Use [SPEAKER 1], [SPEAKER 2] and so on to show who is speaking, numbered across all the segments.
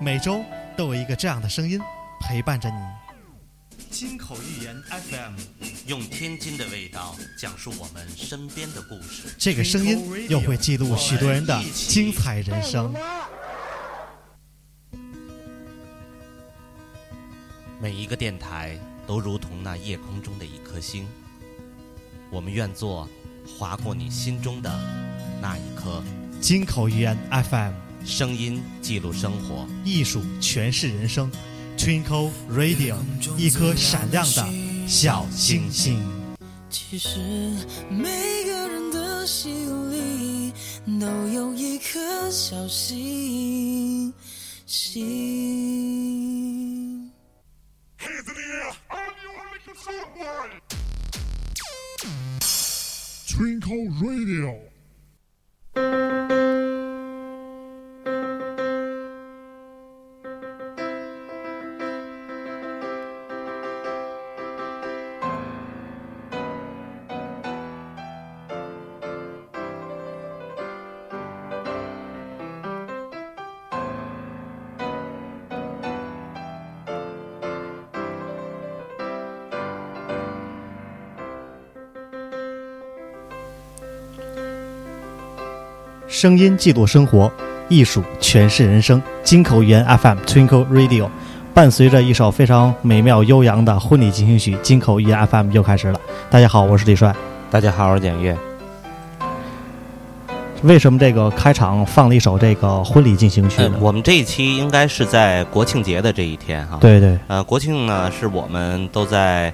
[SPEAKER 1] 每周都有一个这样的声音陪伴着你。金口玉言 FM，
[SPEAKER 2] 用天津的味道讲述我们身边的故事。
[SPEAKER 1] 这个声音又会记录许多人的精彩人生。
[SPEAKER 2] 每一个电台都如同那夜空中的一颗星，我们愿做划过你心中的那一颗。
[SPEAKER 1] 金口玉言 FM，
[SPEAKER 2] 声音记录生活，
[SPEAKER 1] 艺术诠释人生。Twinkle Radio，一颗闪亮的小星星。
[SPEAKER 3] 其实每个人的心里都有一颗小星星。
[SPEAKER 4] Twinkle Radio.
[SPEAKER 1] 声音记录生活，艺术诠释人生。金口语言 FM Twinkle Radio，伴随着一首非常美妙悠扬的婚礼进行曲，金口语言 FM 又开始了。大家好，我是李帅。
[SPEAKER 2] 大家好，我是简月。
[SPEAKER 1] 为什么这个开场放了一首这个婚礼进行曲
[SPEAKER 2] 呃
[SPEAKER 1] 呢？，
[SPEAKER 2] 我们这一期应该是在国庆节的这一天哈。。
[SPEAKER 1] 对对，
[SPEAKER 2] 呃，国庆呢是我们都在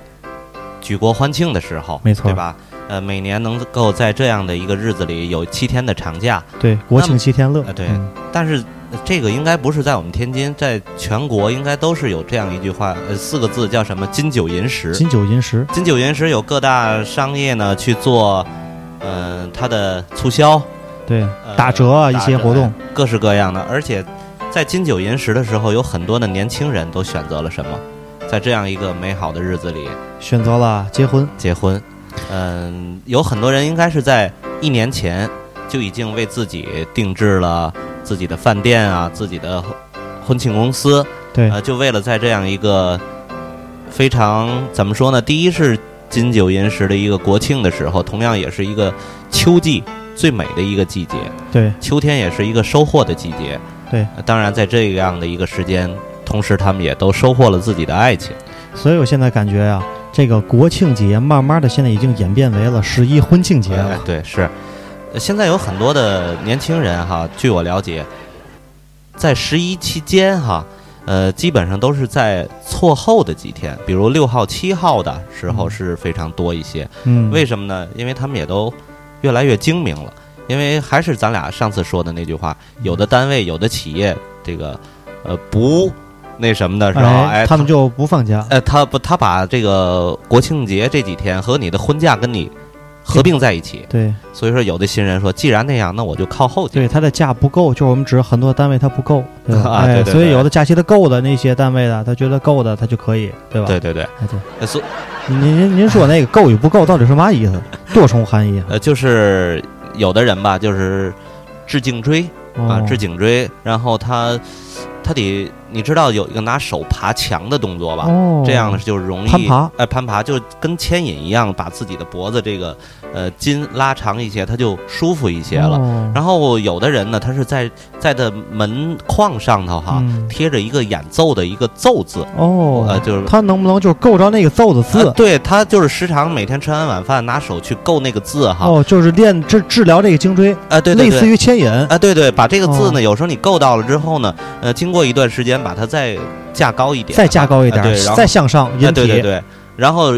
[SPEAKER 2] 举国欢庆的时候，
[SPEAKER 1] 没错
[SPEAKER 2] 对吧？呃，每年能够在这样的一个日子里有七天的长假，
[SPEAKER 1] 对，国庆七天乐
[SPEAKER 2] 那么。呃对
[SPEAKER 1] 嗯
[SPEAKER 2] 但是呃这个应该不是在我们天津，在全国应该都是有这样一句话，呃，四个字叫什么？金九银十。
[SPEAKER 1] 金九银十，
[SPEAKER 2] 金九银十有各大商业呢去做，呃，它的促销，
[SPEAKER 1] 对，
[SPEAKER 2] 呃
[SPEAKER 1] 打折啊，一些活动，
[SPEAKER 2] 各式各样的，而且在金九银十的时候，有很多的年轻人都选择了什么？在这样一个美好的日子里，
[SPEAKER 1] 选择了结婚。
[SPEAKER 2] 结婚。嗯，有很多人应该是在一年前就已经为自己定制了自己的饭店啊，自己的婚庆公司，
[SPEAKER 1] 对，
[SPEAKER 2] 呃，就为了在这样一个非常怎么说呢？第一是金九银十的一个国庆的时候，同样也是一个秋季最美的一个季节，
[SPEAKER 1] 对，
[SPEAKER 2] 秋天也是一个收获的季节。
[SPEAKER 1] 对
[SPEAKER 2] 呃，当然在这样的一个时间，同时他们也都收获了自己的爱情。
[SPEAKER 1] 所以我现在感觉呀、这个国庆节慢慢的现在已经演变为了十一婚庆节
[SPEAKER 2] 哎
[SPEAKER 1] 了。
[SPEAKER 2] 对，是。呃现在有很多的年轻人哈，据我了解，在十一期间哈，呃，基本上都是在错后的几天，比如六号、七号的时候
[SPEAKER 1] 嗯
[SPEAKER 2] 是非常多一些。
[SPEAKER 1] 嗯，
[SPEAKER 2] 为什么呢？因为他们也都越来越精明了。因为还是咱俩上次说的那句话，有的单位、有的企业，这个呃不那什么的时候，哎，
[SPEAKER 1] 他们就不放假。
[SPEAKER 2] 呃，他不，他把这个国庆节这几天和你的婚假跟你合并在一起，
[SPEAKER 1] 对
[SPEAKER 2] 所以说，有的新人说，既然那样，那我就靠后进。
[SPEAKER 1] 对，他的假不够，就是我们指很多单位他不够，对吧？
[SPEAKER 2] 啊
[SPEAKER 1] 哎，
[SPEAKER 2] 对对
[SPEAKER 1] 所以
[SPEAKER 2] 对
[SPEAKER 1] 有的假期他够的那些单位的，他觉得够的他就可以，对吧？
[SPEAKER 2] 对对对，
[SPEAKER 1] 哎，对，
[SPEAKER 2] 呃所
[SPEAKER 1] 您您您说那个够与不够到底什么意思？多重含义啊
[SPEAKER 2] 呃就是有的人吧，就是治颈椎 啊，
[SPEAKER 1] 哦
[SPEAKER 2] 治颈椎，然后他他得你知道有一个拿手爬墙的动作吧？
[SPEAKER 1] 哦，
[SPEAKER 2] 这样呢就是容易
[SPEAKER 1] 攀爬，
[SPEAKER 2] 哎，攀爬就跟牵引一样，把自己的脖子这个呃筋拉长一些，他就舒服一些了。
[SPEAKER 1] 哦
[SPEAKER 2] 然后有的人呢，他是在在的门框上头哈、
[SPEAKER 1] 嗯
[SPEAKER 2] 贴着一个演奏的一个奏字，
[SPEAKER 1] 哦，
[SPEAKER 2] 呃，就是
[SPEAKER 1] 他能不能就是够着那个奏的字
[SPEAKER 2] 啊？对他就是时常每天吃完晚饭拿手去够那个字哈，
[SPEAKER 1] 哦，就是练治治疗这个颈椎，
[SPEAKER 2] 啊对对
[SPEAKER 1] 类似
[SPEAKER 2] 对，
[SPEAKER 1] 于哦牵引。
[SPEAKER 2] 啊对对，把这个字呢，有时候你够到了之后呢，呃，经过一段时间把它再架高一点，
[SPEAKER 1] 再架高一点
[SPEAKER 2] 啊对然，后
[SPEAKER 1] 再向上
[SPEAKER 2] 啊
[SPEAKER 1] 引
[SPEAKER 2] 对对
[SPEAKER 1] 体。
[SPEAKER 2] 对，然后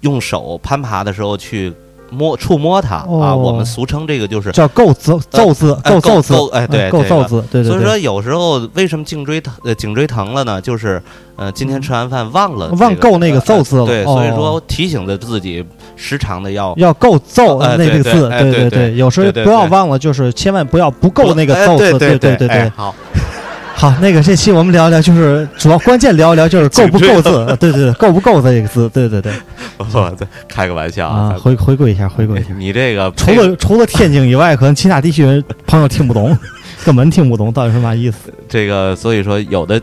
[SPEAKER 2] 用手攀爬的时候去摸触摸它啊，
[SPEAKER 1] 哦
[SPEAKER 2] 我们俗称这个就是。
[SPEAKER 1] 叫够奏奏字，
[SPEAKER 2] 哎
[SPEAKER 1] 够奏
[SPEAKER 2] 够
[SPEAKER 1] 字，
[SPEAKER 2] 够哎对
[SPEAKER 1] 嗯够
[SPEAKER 2] 这
[SPEAKER 1] 奏
[SPEAKER 2] 个
[SPEAKER 1] 字，对对
[SPEAKER 2] 所以
[SPEAKER 1] 对。
[SPEAKER 2] 说，有时候为什么颈椎疼呃颈椎疼了呢？就是呃今天吃完饭忘了
[SPEAKER 1] 嗯忘
[SPEAKER 2] 这个
[SPEAKER 1] 够那个奏字了
[SPEAKER 2] 呃对，所以说
[SPEAKER 1] 哦
[SPEAKER 2] 提醒着自己时常的要
[SPEAKER 1] 要够奏
[SPEAKER 2] 哎
[SPEAKER 1] 那
[SPEAKER 2] 对
[SPEAKER 1] 个
[SPEAKER 2] 对
[SPEAKER 1] 字，
[SPEAKER 2] 哎对
[SPEAKER 1] 对
[SPEAKER 2] 对
[SPEAKER 1] 对，有时候
[SPEAKER 2] 对对
[SPEAKER 1] 不要
[SPEAKER 2] 对
[SPEAKER 1] 忘了，就是千万不要不够那个
[SPEAKER 2] 哎
[SPEAKER 1] 奏字，
[SPEAKER 2] 对
[SPEAKER 1] 对
[SPEAKER 2] 对
[SPEAKER 1] 对
[SPEAKER 2] 哎
[SPEAKER 1] 对。
[SPEAKER 2] 好，
[SPEAKER 1] 好，那个这期我们聊一聊，就是主要关键聊一聊就是够不够字，对对对，够不够这个字，对 对对
[SPEAKER 2] 我这开个玩笑
[SPEAKER 1] 啊，
[SPEAKER 2] 咱
[SPEAKER 1] 回回归一下，回归一下。
[SPEAKER 2] 你这个
[SPEAKER 1] 除 了除了天津以外，可能其他地区人朋友听不懂，根本听不懂到底是嘛意思。
[SPEAKER 2] 这个所以说有的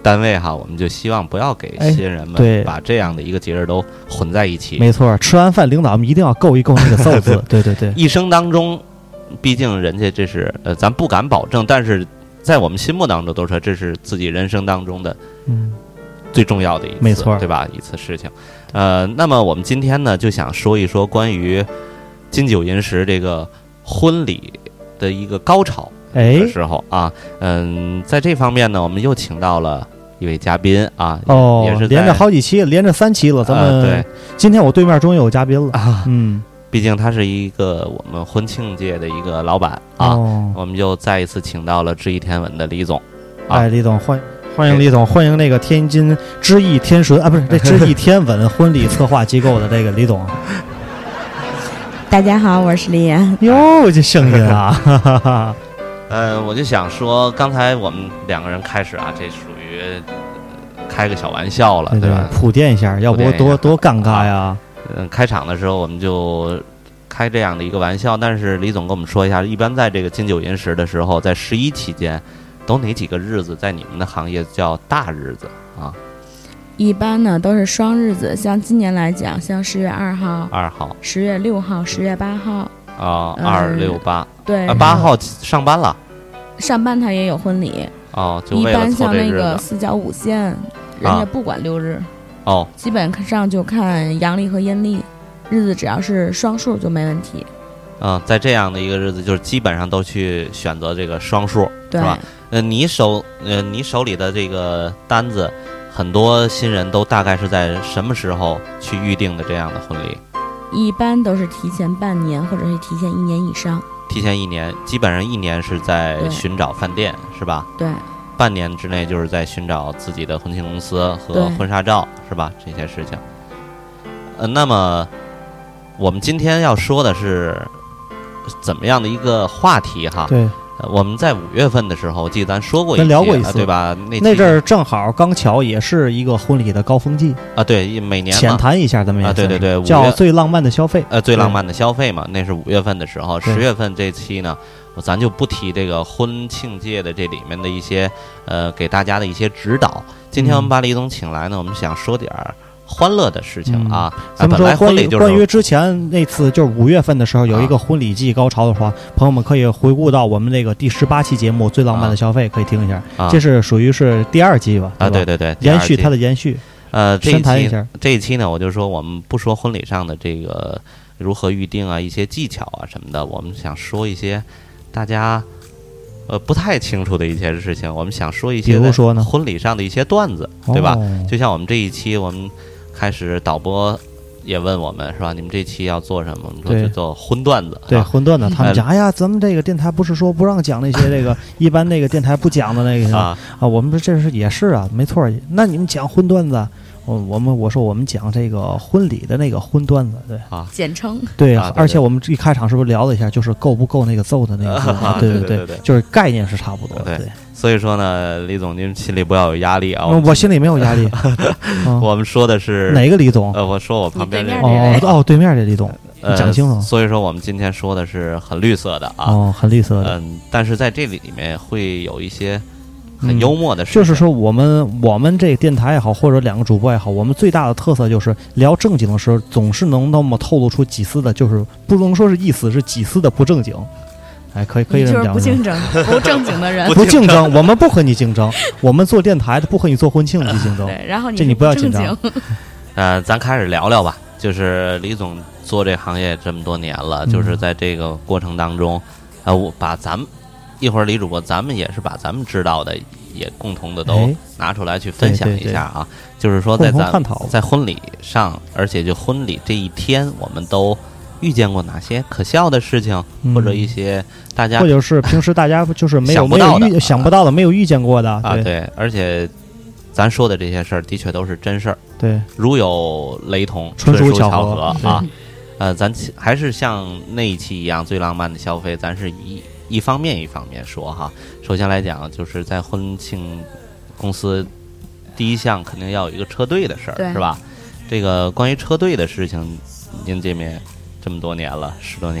[SPEAKER 2] 单位哈，我们就希望不要给
[SPEAKER 1] 哎
[SPEAKER 2] 新人
[SPEAKER 1] 对
[SPEAKER 2] 们把这样的一个节日都混在一起。
[SPEAKER 1] 没错，吃完饭领导们一定要够一够那个揍字， 对对对，
[SPEAKER 2] 一生当中，毕竟人家这是呃，咱不敢保证，但是在我们心目当中都说这是自己人生当中的
[SPEAKER 1] 嗯，
[SPEAKER 2] 最重要的一次，
[SPEAKER 1] 没错
[SPEAKER 2] 对吧？一次事情。呃，那么我们今天呢，就想说一说关于金九银十这个婚礼的一个高潮
[SPEAKER 1] 哎
[SPEAKER 2] 的，时候啊，嗯，在这方面呢，我们又请到了一位嘉宾啊，
[SPEAKER 1] 哦
[SPEAKER 2] 也是，
[SPEAKER 1] 连
[SPEAKER 2] 在
[SPEAKER 1] 着好几期，连着三期了，咱
[SPEAKER 2] 呃
[SPEAKER 1] 们
[SPEAKER 2] 对
[SPEAKER 1] 今天我啊对面终于有嘉宾了，
[SPEAKER 2] 啊，
[SPEAKER 1] 嗯，
[SPEAKER 2] 毕竟他是一个我们婚庆界的一个老板啊，
[SPEAKER 1] 哦，
[SPEAKER 2] 我们就再一次请到了知易天文的李总。啊
[SPEAKER 1] 哎，李总欢。欢迎李总，欢迎那个天津知易天神啊，不是这知易天 文婚礼策划机构的这个李总。啊
[SPEAKER 5] 大家好，我是李岩。
[SPEAKER 1] 哟，这声音啊，哈哈 哈。
[SPEAKER 2] 呃，我就想说，刚才我们两个人开始啊，这属于呃开个小玩笑了，
[SPEAKER 1] 对
[SPEAKER 2] 对
[SPEAKER 1] 对
[SPEAKER 2] 吧，？
[SPEAKER 1] 铺垫一下，要不
[SPEAKER 2] 铺垫一
[SPEAKER 1] 多
[SPEAKER 2] 下
[SPEAKER 1] 多尴尬呀。
[SPEAKER 2] 嗯，开场的时候我们就开这样的一个玩笑，但是李总跟我们说一下，一般在这个金九银十的时候，在十一期间，都哪几个日子在你们的行业叫大日子啊？
[SPEAKER 5] 一般呢都是双日子，像今年来讲，像十月二号、
[SPEAKER 2] 二号
[SPEAKER 5] 十月六号、十月八号，
[SPEAKER 2] 啊，
[SPEAKER 5] 嗯哎
[SPEAKER 2] 二六八
[SPEAKER 5] 对，
[SPEAKER 2] 啊，八号上班了
[SPEAKER 5] 上半他也有婚礼。
[SPEAKER 2] 哦，就
[SPEAKER 5] 一
[SPEAKER 2] 为了
[SPEAKER 5] 般
[SPEAKER 2] 凑
[SPEAKER 5] 像
[SPEAKER 2] 这
[SPEAKER 5] 那
[SPEAKER 2] 日
[SPEAKER 5] 个
[SPEAKER 2] 子
[SPEAKER 5] 四角五线，人
[SPEAKER 2] 啊
[SPEAKER 5] 家不管六日，
[SPEAKER 2] 哦，
[SPEAKER 5] 基本上就看阳历和阴历，日子只要是双数就没问题。
[SPEAKER 2] 嗯，在这样的一个日子，就是基本上都去选择这个双数，
[SPEAKER 5] 对
[SPEAKER 2] 是，吧呃，你手呃，你手里的这个单子，很多新人都大概是在什么时候去预定的这样的婚礼？
[SPEAKER 5] 一般都是提前半年或者是提前一年以上。
[SPEAKER 2] 提前一年，基本上一年是在
[SPEAKER 5] 对
[SPEAKER 2] 寻找饭店，是吧？
[SPEAKER 5] 对，
[SPEAKER 2] 半年之内就是在寻找自己的婚庆公司和
[SPEAKER 5] 对
[SPEAKER 2] 婚纱照，是吧？这些事情。呃，那么我们今天要说的是怎么样的一个话题哈？
[SPEAKER 1] 对，
[SPEAKER 2] 呃我们在五月份的时候，我记得咱说过一
[SPEAKER 1] 咱聊过
[SPEAKER 2] 期
[SPEAKER 1] 一
[SPEAKER 2] 呃
[SPEAKER 1] 次
[SPEAKER 2] 对吧？那
[SPEAKER 1] 那
[SPEAKER 2] 期
[SPEAKER 1] 阵儿正好刚巧也是一个婚礼的高峰季，
[SPEAKER 2] 啊，对，每年
[SPEAKER 1] 浅
[SPEAKER 2] 嘛，
[SPEAKER 1] 谈一下咱们也
[SPEAKER 2] 啊对
[SPEAKER 1] 算
[SPEAKER 2] 对对五
[SPEAKER 1] 叫
[SPEAKER 2] 月
[SPEAKER 1] 最浪漫的消费。
[SPEAKER 2] 呃，最浪漫的消费嘛，那是五月份的时候，
[SPEAKER 1] 对
[SPEAKER 2] 十月份这期呢，我咱就不提这个婚庆界的这里面的一些呃，给大家的一些指导。今天我们把李总请来呢，我们想说点儿欢乐的事情啊。啊
[SPEAKER 1] 嗯咱们
[SPEAKER 2] 本来
[SPEAKER 1] 说关
[SPEAKER 2] 婚礼
[SPEAKER 1] 于
[SPEAKER 2] 就是啊
[SPEAKER 1] 关于之前那次就是五月份的时候有一个婚礼季高潮的话，朋友们可以回顾到我们那个第十八期节目《最浪漫的消费》，可以听一下，
[SPEAKER 2] 啊
[SPEAKER 1] 这是属于是第二季吧？
[SPEAKER 2] 啊，对
[SPEAKER 1] 吧，
[SPEAKER 2] 对对，第
[SPEAKER 1] 延
[SPEAKER 2] 二
[SPEAKER 1] 续
[SPEAKER 2] 期
[SPEAKER 1] 它的延续，
[SPEAKER 2] 呃，这
[SPEAKER 1] 深
[SPEAKER 2] 一
[SPEAKER 1] 谈一
[SPEAKER 2] 期
[SPEAKER 1] 下。
[SPEAKER 2] 这一期呢，我就说我们不说婚礼上的这个如何预定啊，一些技巧啊什么的，我们想说一些大家呃不太清楚的一些事情，我们想说一
[SPEAKER 1] 比
[SPEAKER 2] 些
[SPEAKER 1] 如
[SPEAKER 2] 在
[SPEAKER 1] 说呢
[SPEAKER 2] 婚礼上的一些段子，对吧？
[SPEAKER 1] 哦
[SPEAKER 2] 就像我们这一期，我们开始导播也问我们是吧？你们这期要做什么？我们说
[SPEAKER 1] 对
[SPEAKER 2] 就做荤段子，
[SPEAKER 1] 对
[SPEAKER 2] 啊
[SPEAKER 1] 混沌的，他们
[SPEAKER 2] 哎
[SPEAKER 1] 讲，哎呀，咱们这个电台不是说不让讲那些这 个一般那个电台不讲的那个
[SPEAKER 2] 啊
[SPEAKER 1] 啊，我们不这是也是啊，没错儿。那你们讲荤段子啊，我我们我说我们讲这个婚礼的那个荤段子，对
[SPEAKER 5] 简称
[SPEAKER 1] 对
[SPEAKER 2] 啊啊对
[SPEAKER 1] 而且我们一开场是不是聊了一下，就是够不够那个揍的那 个荤段
[SPEAKER 2] 啊
[SPEAKER 1] 子？对
[SPEAKER 2] 对对
[SPEAKER 1] 对
[SPEAKER 2] 对对
[SPEAKER 1] 就是概念是差不多的。
[SPEAKER 2] 对所以说呢，李总您心里不要有压力啊。
[SPEAKER 1] 嗯我心里没有压 力。啊
[SPEAKER 2] 我们说的是
[SPEAKER 1] 哪个李总？
[SPEAKER 2] 呃，我说我旁边
[SPEAKER 5] 你对
[SPEAKER 2] 这
[SPEAKER 5] 面
[SPEAKER 2] 个
[SPEAKER 1] 哦
[SPEAKER 5] 哪
[SPEAKER 1] 哦，对面这李总
[SPEAKER 2] 呃，
[SPEAKER 1] 讲清楚
[SPEAKER 2] 所以说我们今天说的是很绿色的啊，
[SPEAKER 1] 哦，很绿色的。
[SPEAKER 2] 嗯，但是在这里面会有一些很
[SPEAKER 1] 嗯
[SPEAKER 2] 幽默的事情，
[SPEAKER 1] 就是说，我们我们这个电台也好，或者两个主播也好，我们最大的特色就是聊正经的时候，总是能那么透露出几丝的，就是不能说是一丝，是几丝的不正经。哎，可以可以
[SPEAKER 5] 你
[SPEAKER 1] 这
[SPEAKER 5] 就
[SPEAKER 1] 么
[SPEAKER 5] 是
[SPEAKER 1] 讲
[SPEAKER 5] 不
[SPEAKER 1] 吗。
[SPEAKER 5] 竞争、不正经的 人
[SPEAKER 2] 不。
[SPEAKER 1] 不竞争，我们不和你竞争， 我们做电台的不和你做婚庆的去竞争。
[SPEAKER 5] 对，然后你
[SPEAKER 1] 这
[SPEAKER 5] 是
[SPEAKER 1] 你不要
[SPEAKER 5] 正
[SPEAKER 1] 紧张
[SPEAKER 5] 经，
[SPEAKER 2] 呃，咱开始聊聊吧。就是李总做这行业这么多年了，
[SPEAKER 1] 嗯
[SPEAKER 2] 就是在这个过程当中，呃，我把咱们一会儿李主播，咱们也是把咱们知道的，也共同的都
[SPEAKER 1] 哎
[SPEAKER 2] 拿出来去分享
[SPEAKER 1] 对对
[SPEAKER 2] 一下啊。就是说，在
[SPEAKER 1] 共同
[SPEAKER 2] 咱
[SPEAKER 1] 探讨
[SPEAKER 2] 在婚礼上，而且就婚礼这一天，我们都遇见过哪些可笑的事情，
[SPEAKER 1] 嗯
[SPEAKER 2] 或者一些大家
[SPEAKER 1] 或者是平时大家就是没有
[SPEAKER 2] 想不
[SPEAKER 1] 没
[SPEAKER 2] 到
[SPEAKER 1] 有
[SPEAKER 2] 的
[SPEAKER 1] 遇想不到的，没有遇见过的，
[SPEAKER 2] 啊，
[SPEAKER 1] 对
[SPEAKER 2] 对，而且咱说的这些事儿，的确都是真事儿，
[SPEAKER 1] 对，
[SPEAKER 2] 如有雷同，
[SPEAKER 1] 纯
[SPEAKER 2] 属
[SPEAKER 1] 属巧
[SPEAKER 2] 合
[SPEAKER 1] 合对
[SPEAKER 2] 啊。呃，咱其还是像那一期一样，最浪漫的消费，咱是一一方面一方面说哈。首先来讲，就是在婚庆公司，第一项肯定要有一个车队的事儿，
[SPEAKER 5] 对
[SPEAKER 2] 是吧？这个关 于车队的事情，您这边这么多年了，十多年，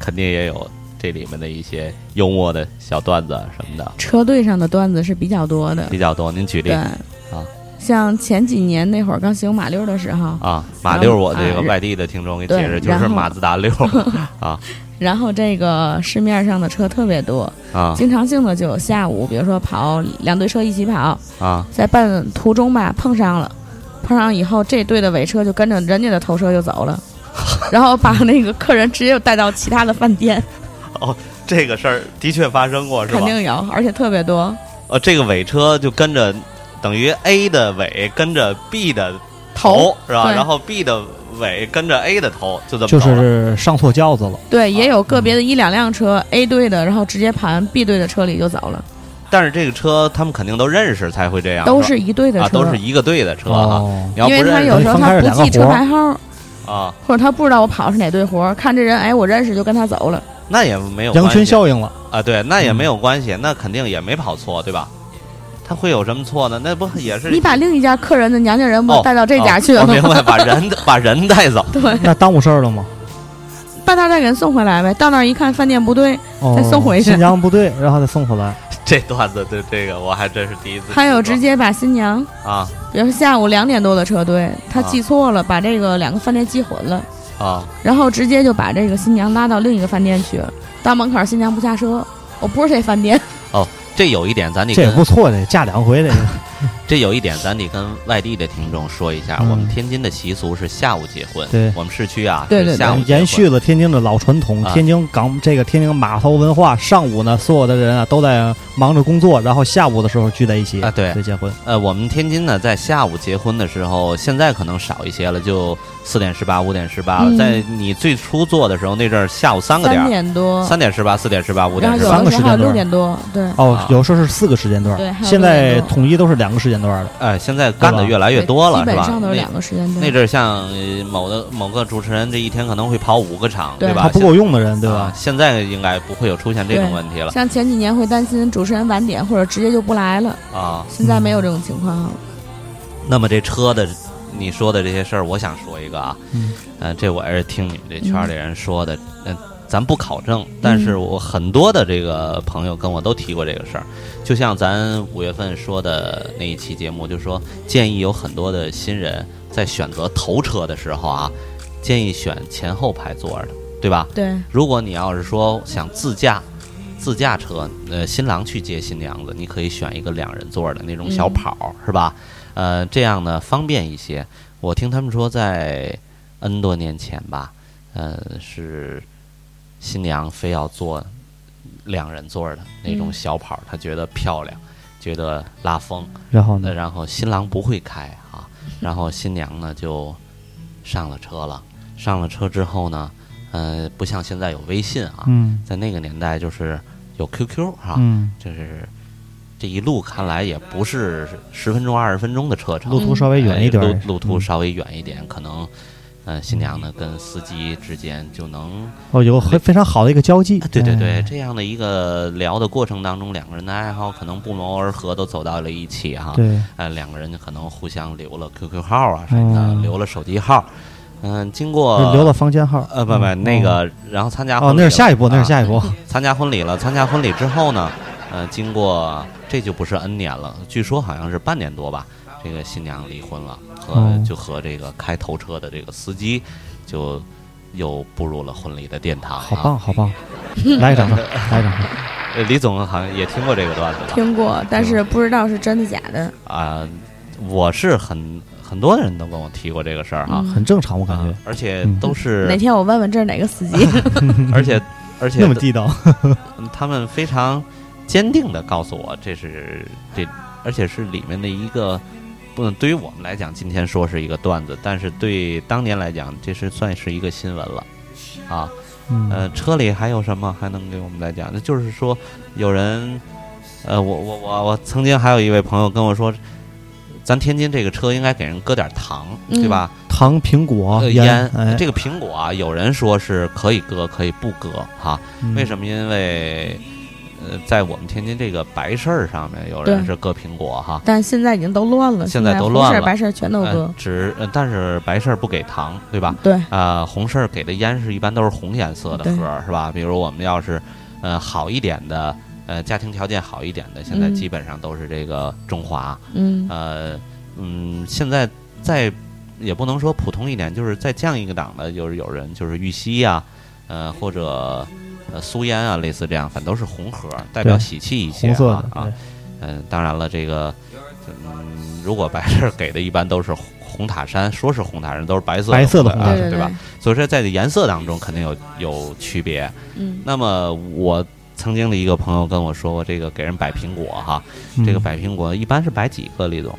[SPEAKER 2] 肯定也有这里面的一些幽默的小段子什么的
[SPEAKER 5] 车队上的段子是比较多的
[SPEAKER 2] 比。较多。您举例
[SPEAKER 5] 对，
[SPEAKER 2] 啊
[SPEAKER 5] 像前几年那会儿刚修马六的时候，
[SPEAKER 2] 啊，马
[SPEAKER 5] 然
[SPEAKER 2] 六，
[SPEAKER 5] 后
[SPEAKER 2] 我这
[SPEAKER 5] 啊
[SPEAKER 2] 个
[SPEAKER 5] 然
[SPEAKER 2] 外地的听众给解释，
[SPEAKER 5] 对
[SPEAKER 2] 就是
[SPEAKER 5] 然后
[SPEAKER 2] 马自达六
[SPEAKER 5] 然后这个市面上的车特别多，
[SPEAKER 2] 啊
[SPEAKER 5] 经常性的就有下午，比如说跑两队车一起跑，
[SPEAKER 2] 啊
[SPEAKER 5] 在半途中吧碰上了，碰上以后这队的尾车就跟着人家的头车就 走了，然后把那个客人直接带到其他的饭店，
[SPEAKER 2] 这个事儿的确发生过，是
[SPEAKER 5] 肯
[SPEAKER 2] 吧？
[SPEAKER 5] 定有，而且特别多。
[SPEAKER 2] 呃，这个尾车就跟着，等于 A 的尾跟着 B 的头
[SPEAKER 5] 头
[SPEAKER 2] 是吧？
[SPEAKER 5] 对
[SPEAKER 2] 然后 B 的尾跟着 A 的头，就这么
[SPEAKER 1] 就
[SPEAKER 2] 走了
[SPEAKER 1] 是上错轿子了。
[SPEAKER 2] 啊
[SPEAKER 5] 对，也有个别的一两辆车 A 队的，然后直接盘 B 队的车里就走了，
[SPEAKER 2] 但是这个车他们肯定都认识才会这样，
[SPEAKER 5] 都
[SPEAKER 2] 是
[SPEAKER 5] 是一队的
[SPEAKER 2] 吧啊，
[SPEAKER 5] 车，
[SPEAKER 2] 都是一个队的车啊。
[SPEAKER 1] 哦，
[SPEAKER 2] 你要不
[SPEAKER 5] 因为他
[SPEAKER 2] 认识
[SPEAKER 5] 有时候
[SPEAKER 1] 分开
[SPEAKER 5] 他
[SPEAKER 1] 是
[SPEAKER 5] 不
[SPEAKER 1] 两个
[SPEAKER 5] 记车
[SPEAKER 1] 活儿
[SPEAKER 5] 牌号，
[SPEAKER 2] 啊，
[SPEAKER 5] 或者他不知道我跑是哪队活儿，看这人，哎，我认识就跟他走了。
[SPEAKER 2] 那也没有
[SPEAKER 1] 羊
[SPEAKER 2] 关
[SPEAKER 1] 群
[SPEAKER 2] 系
[SPEAKER 1] 效应了，
[SPEAKER 2] 啊，对，那也
[SPEAKER 1] 嗯
[SPEAKER 2] 没有关系，那肯定也没跑错，对吧？他会有什么错呢？那不也是
[SPEAKER 5] 你把另一家客人的娘家人
[SPEAKER 2] 哦
[SPEAKER 5] 不带到这家去
[SPEAKER 2] 哦
[SPEAKER 5] 了
[SPEAKER 2] 我
[SPEAKER 5] 吗？
[SPEAKER 2] 明白，把人 把人带走，
[SPEAKER 5] 对，
[SPEAKER 1] 那耽误事儿了吗？
[SPEAKER 5] 半道再给人送回来呗。到那儿一看，饭店不对，
[SPEAKER 1] 哦，
[SPEAKER 5] 再送回去
[SPEAKER 1] 新疆不对，然后再送回来。
[SPEAKER 2] 这段子对这个我还真是第一次听说。
[SPEAKER 5] 还有直接把新娘，
[SPEAKER 2] 啊
[SPEAKER 5] 比如说下午两点多的车队，他
[SPEAKER 2] 啊
[SPEAKER 5] 记错了，把这个两个饭店记混了，
[SPEAKER 2] 啊
[SPEAKER 5] 然后直接就把这个新娘拉到另一个饭店去了。到门口儿，新娘不下车，我不是这饭店，
[SPEAKER 2] 这有一点咱得
[SPEAKER 1] 这也
[SPEAKER 2] 跟
[SPEAKER 1] 不错，这嫁两回这个。
[SPEAKER 2] 这有一点咱得跟外地的听众说一下，
[SPEAKER 1] 嗯
[SPEAKER 2] 我们天津的习俗是下午结婚，
[SPEAKER 1] 对
[SPEAKER 2] 我们市区啊
[SPEAKER 5] 对对
[SPEAKER 2] 是
[SPEAKER 5] 对
[SPEAKER 2] 下午结婚
[SPEAKER 1] 延续了天津的老传统，
[SPEAKER 2] 啊
[SPEAKER 1] 天津港这个天津码头文化，上午呢所有的人啊都在忙着工作，然后下午的时候聚在一起
[SPEAKER 2] 啊对
[SPEAKER 1] 再结婚。
[SPEAKER 2] 呃，我们天津呢，在下午结婚的时候，现在可能少一些了，就四点十八、五点十八了。
[SPEAKER 5] 嗯
[SPEAKER 2] 在你最初做的时候，那阵儿下午三个点
[SPEAKER 5] 三
[SPEAKER 2] 儿，
[SPEAKER 5] 点多，
[SPEAKER 2] 三点十八、四点十八、五点
[SPEAKER 5] 然后
[SPEAKER 2] 十
[SPEAKER 1] 三
[SPEAKER 2] 八
[SPEAKER 5] 有
[SPEAKER 1] 个
[SPEAKER 5] 的
[SPEAKER 1] 时
[SPEAKER 5] 时
[SPEAKER 1] 间
[SPEAKER 5] 候六
[SPEAKER 1] 段
[SPEAKER 5] 点多，对，
[SPEAKER 1] 哦，
[SPEAKER 2] 啊
[SPEAKER 1] 有时候是四个时间段
[SPEAKER 5] 对还有，
[SPEAKER 1] 现在
[SPEAKER 5] 六点多
[SPEAKER 1] 统一都是两个时间段了。
[SPEAKER 2] 哎，现在干的越来越多了，
[SPEAKER 5] 基
[SPEAKER 2] 是
[SPEAKER 5] 本
[SPEAKER 2] 吧？
[SPEAKER 5] 上都是两
[SPEAKER 2] 那
[SPEAKER 5] 个时间段。
[SPEAKER 2] 那阵儿像呃某的某个主持人，这一天可能会跑五个场，
[SPEAKER 5] 对
[SPEAKER 2] 吧？
[SPEAKER 1] 他不够用的人，对
[SPEAKER 2] 啊
[SPEAKER 1] 吧？
[SPEAKER 2] 现在应该不会有出现这种
[SPEAKER 5] 对
[SPEAKER 2] 问题了
[SPEAKER 5] 像前几年会担心主持人晚点或者直接就不来了，
[SPEAKER 2] 啊。
[SPEAKER 5] 现在没有这种情况了。
[SPEAKER 2] 那么这车的，你说的这些事儿，我想说一个啊，
[SPEAKER 1] 嗯
[SPEAKER 2] 呃，这我也是听你们这圈儿里人说的，嗯、咱不考证，但是我很多的这个朋友跟我都提过这个事儿，就像咱五月份说的那一期节目，就说建议有很多的新人在选择头车的时候啊，建议选前后排座儿的，对吧？
[SPEAKER 5] 对，
[SPEAKER 2] 如果你要是说想自驾，自驾车，呃，新郎去接新娘子，你可以选一个两人座的那种小跑，是吧？呃，这样呢方便一些。我听他们说，在 N 多年前吧，呃，是新娘非要坐两人座的那种
[SPEAKER 5] 嗯
[SPEAKER 2] 小跑，她觉得漂亮，觉得拉风，
[SPEAKER 1] 然后
[SPEAKER 2] 呃，
[SPEAKER 1] 呢？
[SPEAKER 2] 然后新郎不会开啊，然后新娘呢就上了车了。上了车之后呢，呃，不像现在有微信啊，
[SPEAKER 1] 嗯
[SPEAKER 2] 在那个年代就是有 QQ 哈、
[SPEAKER 1] 嗯，
[SPEAKER 2] 就是这一路看来也不是十分钟、二十分钟的车程，
[SPEAKER 1] 路途稍微远一点儿
[SPEAKER 2] 哎路路途
[SPEAKER 1] 嗯
[SPEAKER 2] 稍微远一点，可能。呃，新娘呢跟司机之间就能，
[SPEAKER 1] 哦，有很非常好的一个交际
[SPEAKER 2] 哎。对对对，
[SPEAKER 1] 哎，
[SPEAKER 2] 这样的一个聊的过程当中，两个人的爱好可能不谋而合，都走到了一起哈、
[SPEAKER 1] 对，
[SPEAKER 2] 呃，两个人可能互相留了 QQ 号啊什么的，
[SPEAKER 1] 嗯
[SPEAKER 2] 留了手机号，嗯、经过
[SPEAKER 1] 留了房间号。
[SPEAKER 2] 呃不不
[SPEAKER 1] 嗯
[SPEAKER 2] 那个，然后参加
[SPEAKER 1] 哦，
[SPEAKER 2] 婚礼
[SPEAKER 1] 那是
[SPEAKER 2] 了
[SPEAKER 1] 下一步，那
[SPEAKER 2] 啊
[SPEAKER 1] 是下一步。
[SPEAKER 2] 参加婚礼了，参加婚礼之后呢，呃，经过这就不是 N 年了，据说好像是半年多吧，这个新娘离婚了，和、
[SPEAKER 1] 哦
[SPEAKER 2] 就和这个开头车的这个司机就又步入了婚礼的殿堂、啊。
[SPEAKER 1] 好棒，好棒！来个 掌声，来个掌声。
[SPEAKER 2] 呃！李总好像也听过这个段子吧？
[SPEAKER 5] 听过，但是不知道是真的假的。
[SPEAKER 2] 啊、我是很很多人都跟我提过这个事儿哈、
[SPEAKER 5] 嗯
[SPEAKER 1] 很正常，我感
[SPEAKER 2] 啊
[SPEAKER 1] 觉
[SPEAKER 2] 而且
[SPEAKER 1] 嗯
[SPEAKER 2] 都是、
[SPEAKER 5] 哪天我问问这是哪个 司机？
[SPEAKER 2] 而且而且
[SPEAKER 1] 那么地道。
[SPEAKER 2] 他们非常坚定的告诉我，这是这，而且是里面的一个，不能对于我们来讲，今天说是一个段子，但是对当年来讲，这是算是一个新闻了，啊，
[SPEAKER 1] 嗯
[SPEAKER 2] 呃，车里还有什么还能给我们来讲？那就是说，有人，呃，我我我我曾经还有一位朋友跟我说，咱天津这个车应该给人搁点糖，对吧？
[SPEAKER 1] 糖、苹果、
[SPEAKER 5] 哦
[SPEAKER 2] 呃
[SPEAKER 1] 烟，哎，
[SPEAKER 2] 这个苹果啊，有人说是可以割，可以不割哈、
[SPEAKER 1] 嗯
[SPEAKER 2] 为什么？因为呃，在我们天津这个白事儿上面，有
[SPEAKER 5] 对
[SPEAKER 2] 人是割苹果哈，
[SPEAKER 5] 但现在已经都乱了，
[SPEAKER 2] 现
[SPEAKER 5] 现
[SPEAKER 2] 在都乱
[SPEAKER 5] 红事
[SPEAKER 2] 了
[SPEAKER 5] 儿白事儿全都割
[SPEAKER 2] 呃。只呃但是白事儿不给糖，对吧？
[SPEAKER 5] 对，
[SPEAKER 2] 啊，红事儿给的烟是一般都是红颜色的
[SPEAKER 5] 对
[SPEAKER 2] 盒儿，是吧？比如我们要是呃好一点的，呃家庭条件好一点的，现在
[SPEAKER 5] 嗯
[SPEAKER 2] 基本上都是这个中华，
[SPEAKER 5] 嗯，
[SPEAKER 2] 呃嗯，现在再也不能说普通一点，就是再降一个档的，就是有人就是玉溪呀、呃或者呃苏烟啊，类似这样，反都是红盒儿，代表喜气一些
[SPEAKER 1] 红色
[SPEAKER 2] 啊
[SPEAKER 1] 的
[SPEAKER 2] 啊
[SPEAKER 1] 对。
[SPEAKER 2] 嗯，当然了，这个，嗯，如果白事儿给的，一般都是红红塔山，说是红塔山，都啊是白色
[SPEAKER 1] 白色的
[SPEAKER 2] 红
[SPEAKER 1] 红
[SPEAKER 2] 塔
[SPEAKER 1] 塔
[SPEAKER 2] 山，
[SPEAKER 5] 对
[SPEAKER 2] 对吧
[SPEAKER 5] 对？，
[SPEAKER 2] 所以说在这颜色当中肯定有有区别。
[SPEAKER 5] 嗯，
[SPEAKER 2] 那么我曾经的一个朋友跟我说过，这个给人摆苹果哈，这个
[SPEAKER 1] 嗯
[SPEAKER 2] 摆苹果一般是摆几个李总？